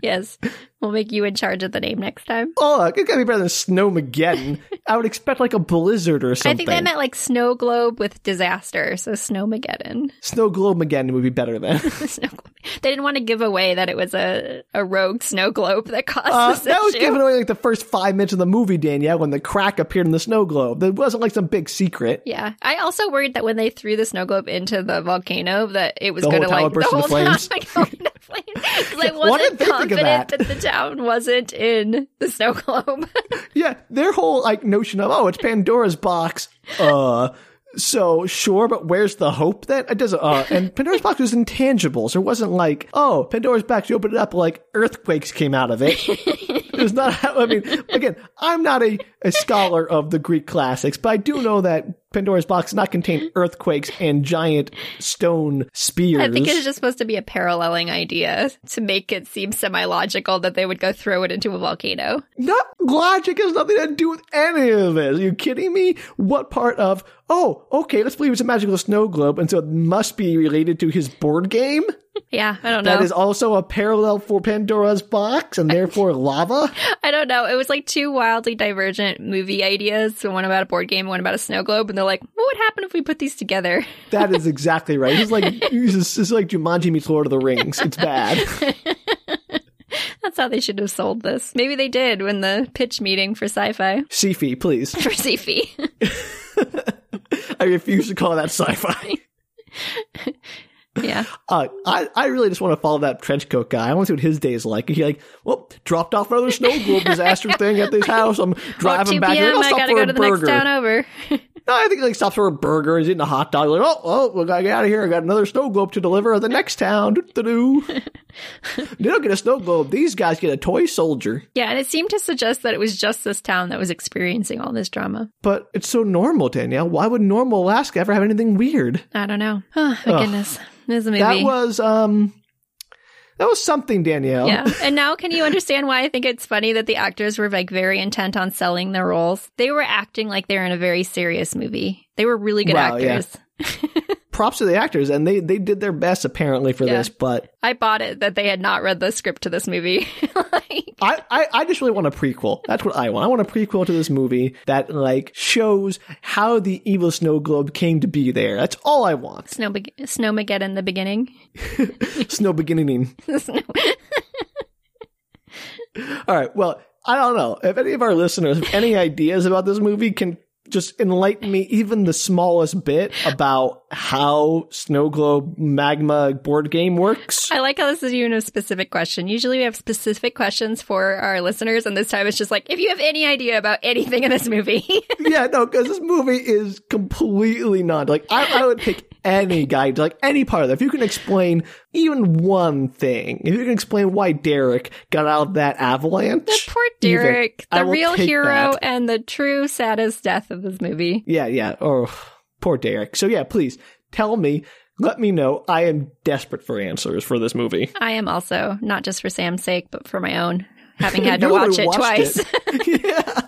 yes. We'll make you in charge of the name next time.
Oh, look, it's gotta be better than Snowmageddon. I would expect like a blizzard or something.
I think uh, they meant like snow globe with disaster, so snowmageddon.
Snow Globe Mageddon would be better
<laughs>
then.
snow globe. They didn't want to give away that it was a, a rogue snow globe that caused
Uh,
this
that was
issue.
given away like the first five minutes of the movie, Danielle, when the crack appeared in the snow globe. That wasn't like some big secret.
yeah, I also worried that when they threw the snow globe into the volcano, that it was
The whole
going to
town
like
would burst
the whole
into flames.
town <laughs> would go into flames.
<laughs>
'Cause I
Why didn't
wasn't
they think of that?
confident that the town wasn't in the snow globe. <laughs>
Yeah, their whole like notion of oh, it's Pandora's box. Uh, so sure, but where's the hope then? It doesn't. Uh,
<laughs>
and Pandora's box was intangible, so it wasn't like oh, Pandora's box. You open it up, like earthquakes came out of it. it was not. I mean, again, I'm not a, a scholar of the Greek classics, but I do know that Pandora's box does not contain earthquakes and giant stone spears.
I think it's just supposed to be a paralleling idea to make it seem semi logical that they would go throw it into a volcano.
Not logic has nothing to do with any of this. Are you kidding me? What part of oh, okay, let's believe it's a magical snow globe, and so it must be related to his board game?
Yeah, I don't know.
That is also a parallel for Pandora's box and therefore lava?
I don't know. It was like two wildly divergent movie ideas. So one about a board game, one about a snow globe, and they're like, "What would happen if we put these together?" <laughs>
That is exactly right. It's like it's it's like Jumanji meets Lord of the Rings. It's bad.
That's how they should have sold this. Maybe they did when the pitch meeting
<laughs>
for sci-fi
Sifi, please.
for
E.
Sci-Fi.
I refuse to call that sci-fi.
yeah,
<laughs> Uh, I, I really just want to follow that trench coat guy. I want to see what his day is like. He like, well, dropped off another snow globe
<laughs>
disaster thing at this house. I'm
Well,
driving
two
back. He's like,
p.m.
I'll
I
stop
gotta
for
go
a
to the
burger.
next town over. <laughs>
No, I think he like stops for a burger. He's eating a hot dog. Like, oh, oh, we gotta get out of here. I got another snow globe to deliver at the next town. Doo-doo-doo.
<laughs>
they don't get a snow globe. These guys get a toy soldier.
yeah, and it seemed to suggest that it was just this town that was experiencing all this drama.
But it's so normal, Danielle. Why would normal Alaska ever have anything weird?
I don't know. <sighs> Oh, my
Ugh.
goodness, this is a movie.
That was um, that was something, Danielle.
Yeah. And now can you understand why I think it's funny that the actors were like very intent on selling their roles? They were acting like they're in a very serious movie. They were really good
Wow, yeah.
actors.
Props to the actors, and they they did their best apparently for
Yeah.
this, but.
I bought it that they had not read the script to this movie. <laughs> like,
I, I, I just really want a prequel. That's what I want. I want a prequel to this movie that like shows how the evil snow globe came to be there. That's all I
<laughs>
want.
Snow Snowmageddon the beginning. <laughs>
Snow beginning.
Snow-
All right. Well, I don't know if any of our listeners have any ideas about this movie can just enlighten me even the smallest bit about how snow globe magma board game works.
I like how this is even a specific question. Usually we have specific questions for our listeners, and this time it's just like, if you have any idea about anything in this movie, <laughs>
yeah, no, because this movie is completely not like I, I would pick any guide, like any part of that. If you can explain even one thing, if you can explain why Derek got out of that avalanche,
poor
even,
Derek,
I
the
will
real
take
hero
that.
and the true saddest death of this movie.
Yeah, yeah. Oh, poor Derek. So yeah, please tell me. Let me know. I am desperate for answers for this
<laughs>
movie.
I am also not just for Sam's sake, but for
<laughs>
my own, having had to
You already
watch it
watched
twice.
it. <laughs> yeah.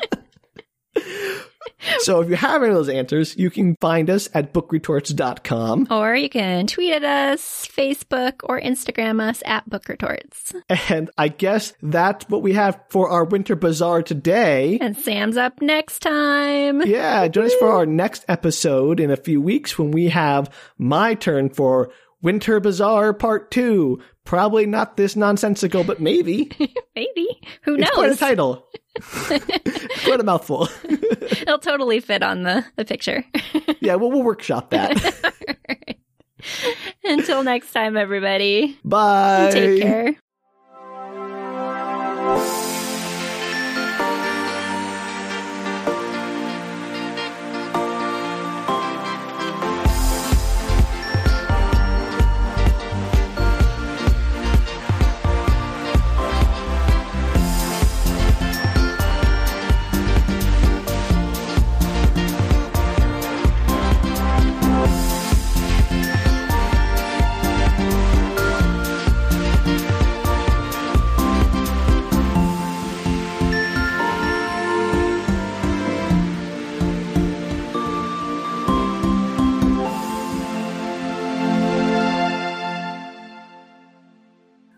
So if you have any of those answers, you can find us at bookretorts.com.
<laughs> or you can tweet at us, Facebook, or Instagram us at Book Retorts.
And I guess that's what we have for our winter bazaar
<laughs>
today.
And Sam's up next time.
Yeah, join us for our next episode in a few weeks when we have my turn for Winter Bazaar Part 2. Probably not this nonsensical, but
<laughs>
maybe.
Maybe. Who
It's quite a
knows?
title.
<laughs>
quite a mouthful. <laughs>
It'll totally fit on the, the picture. <laughs>
Yeah, well, we'll workshop that.
Until next time, everybody.
Bye.
Take care.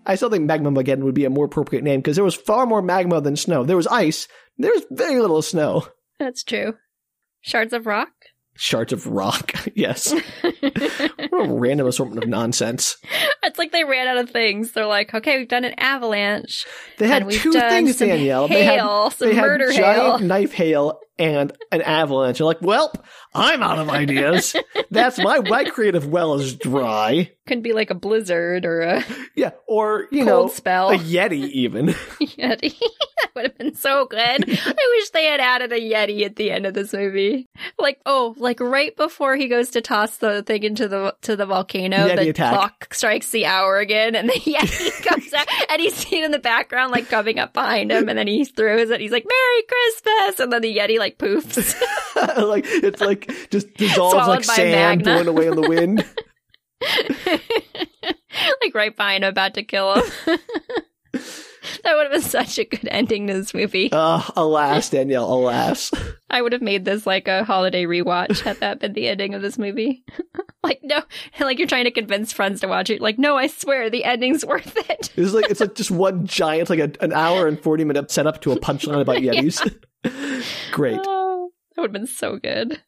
I still think Magma Mageddon would be a more appropriate name because there was far more magma than snow. There was ice. There was very little snow.
That's true. Shards of rock? <laughs>
Shards of rock. <laughs> yes. what a random assortment of nonsense.
It's like they ran out of things. They're like, okay, we've done an avalanche.
They had
and we've
two
done
things,
some
Danielle.
Hail,
they had
some
they
murder
had giant
hail.
knife hail and an avalanche. You're like, well, I'm out of
<laughs>
ideas. That's my my creative well is dry.
Can be like a blizzard or a
Yeah, or you know,
cold spell. <laughs>
a yeti even. <laughs>
Yeti. <laughs> that would have been so good. I wish they had added a Yeti at the end of this movie. Like, oh, like right before he goes to toss the thing into the to the volcano,
Yeti
the
attack.
clock strikes the hour again, and
<laughs>
the <laughs> Yeti comes out, and he's seen in the background, like coming up behind him, and then he throws it. He's like, "Merry Christmas!" And then the Yeti like poofs. <laughs>
like it's like just dissolves
Swallowed
like
by a
sand
magma.
blown away in the
<laughs>
wind.
like right behind him, about to kill him. <laughs> that would have been such a good ending to this movie.
Uh, alas, Danielle, alas.
I would have made this like a holiday rewatch had that been the ending of this movie. <laughs> like, no, like you're trying to convince friends to watch it. Like, no, I swear the ending's worth
<laughs>
it.
It's like it's like just one giant, like a, an hour and forty minute setup to a punchline about yetis. <laughs> Great.
Oh, that would have been so good.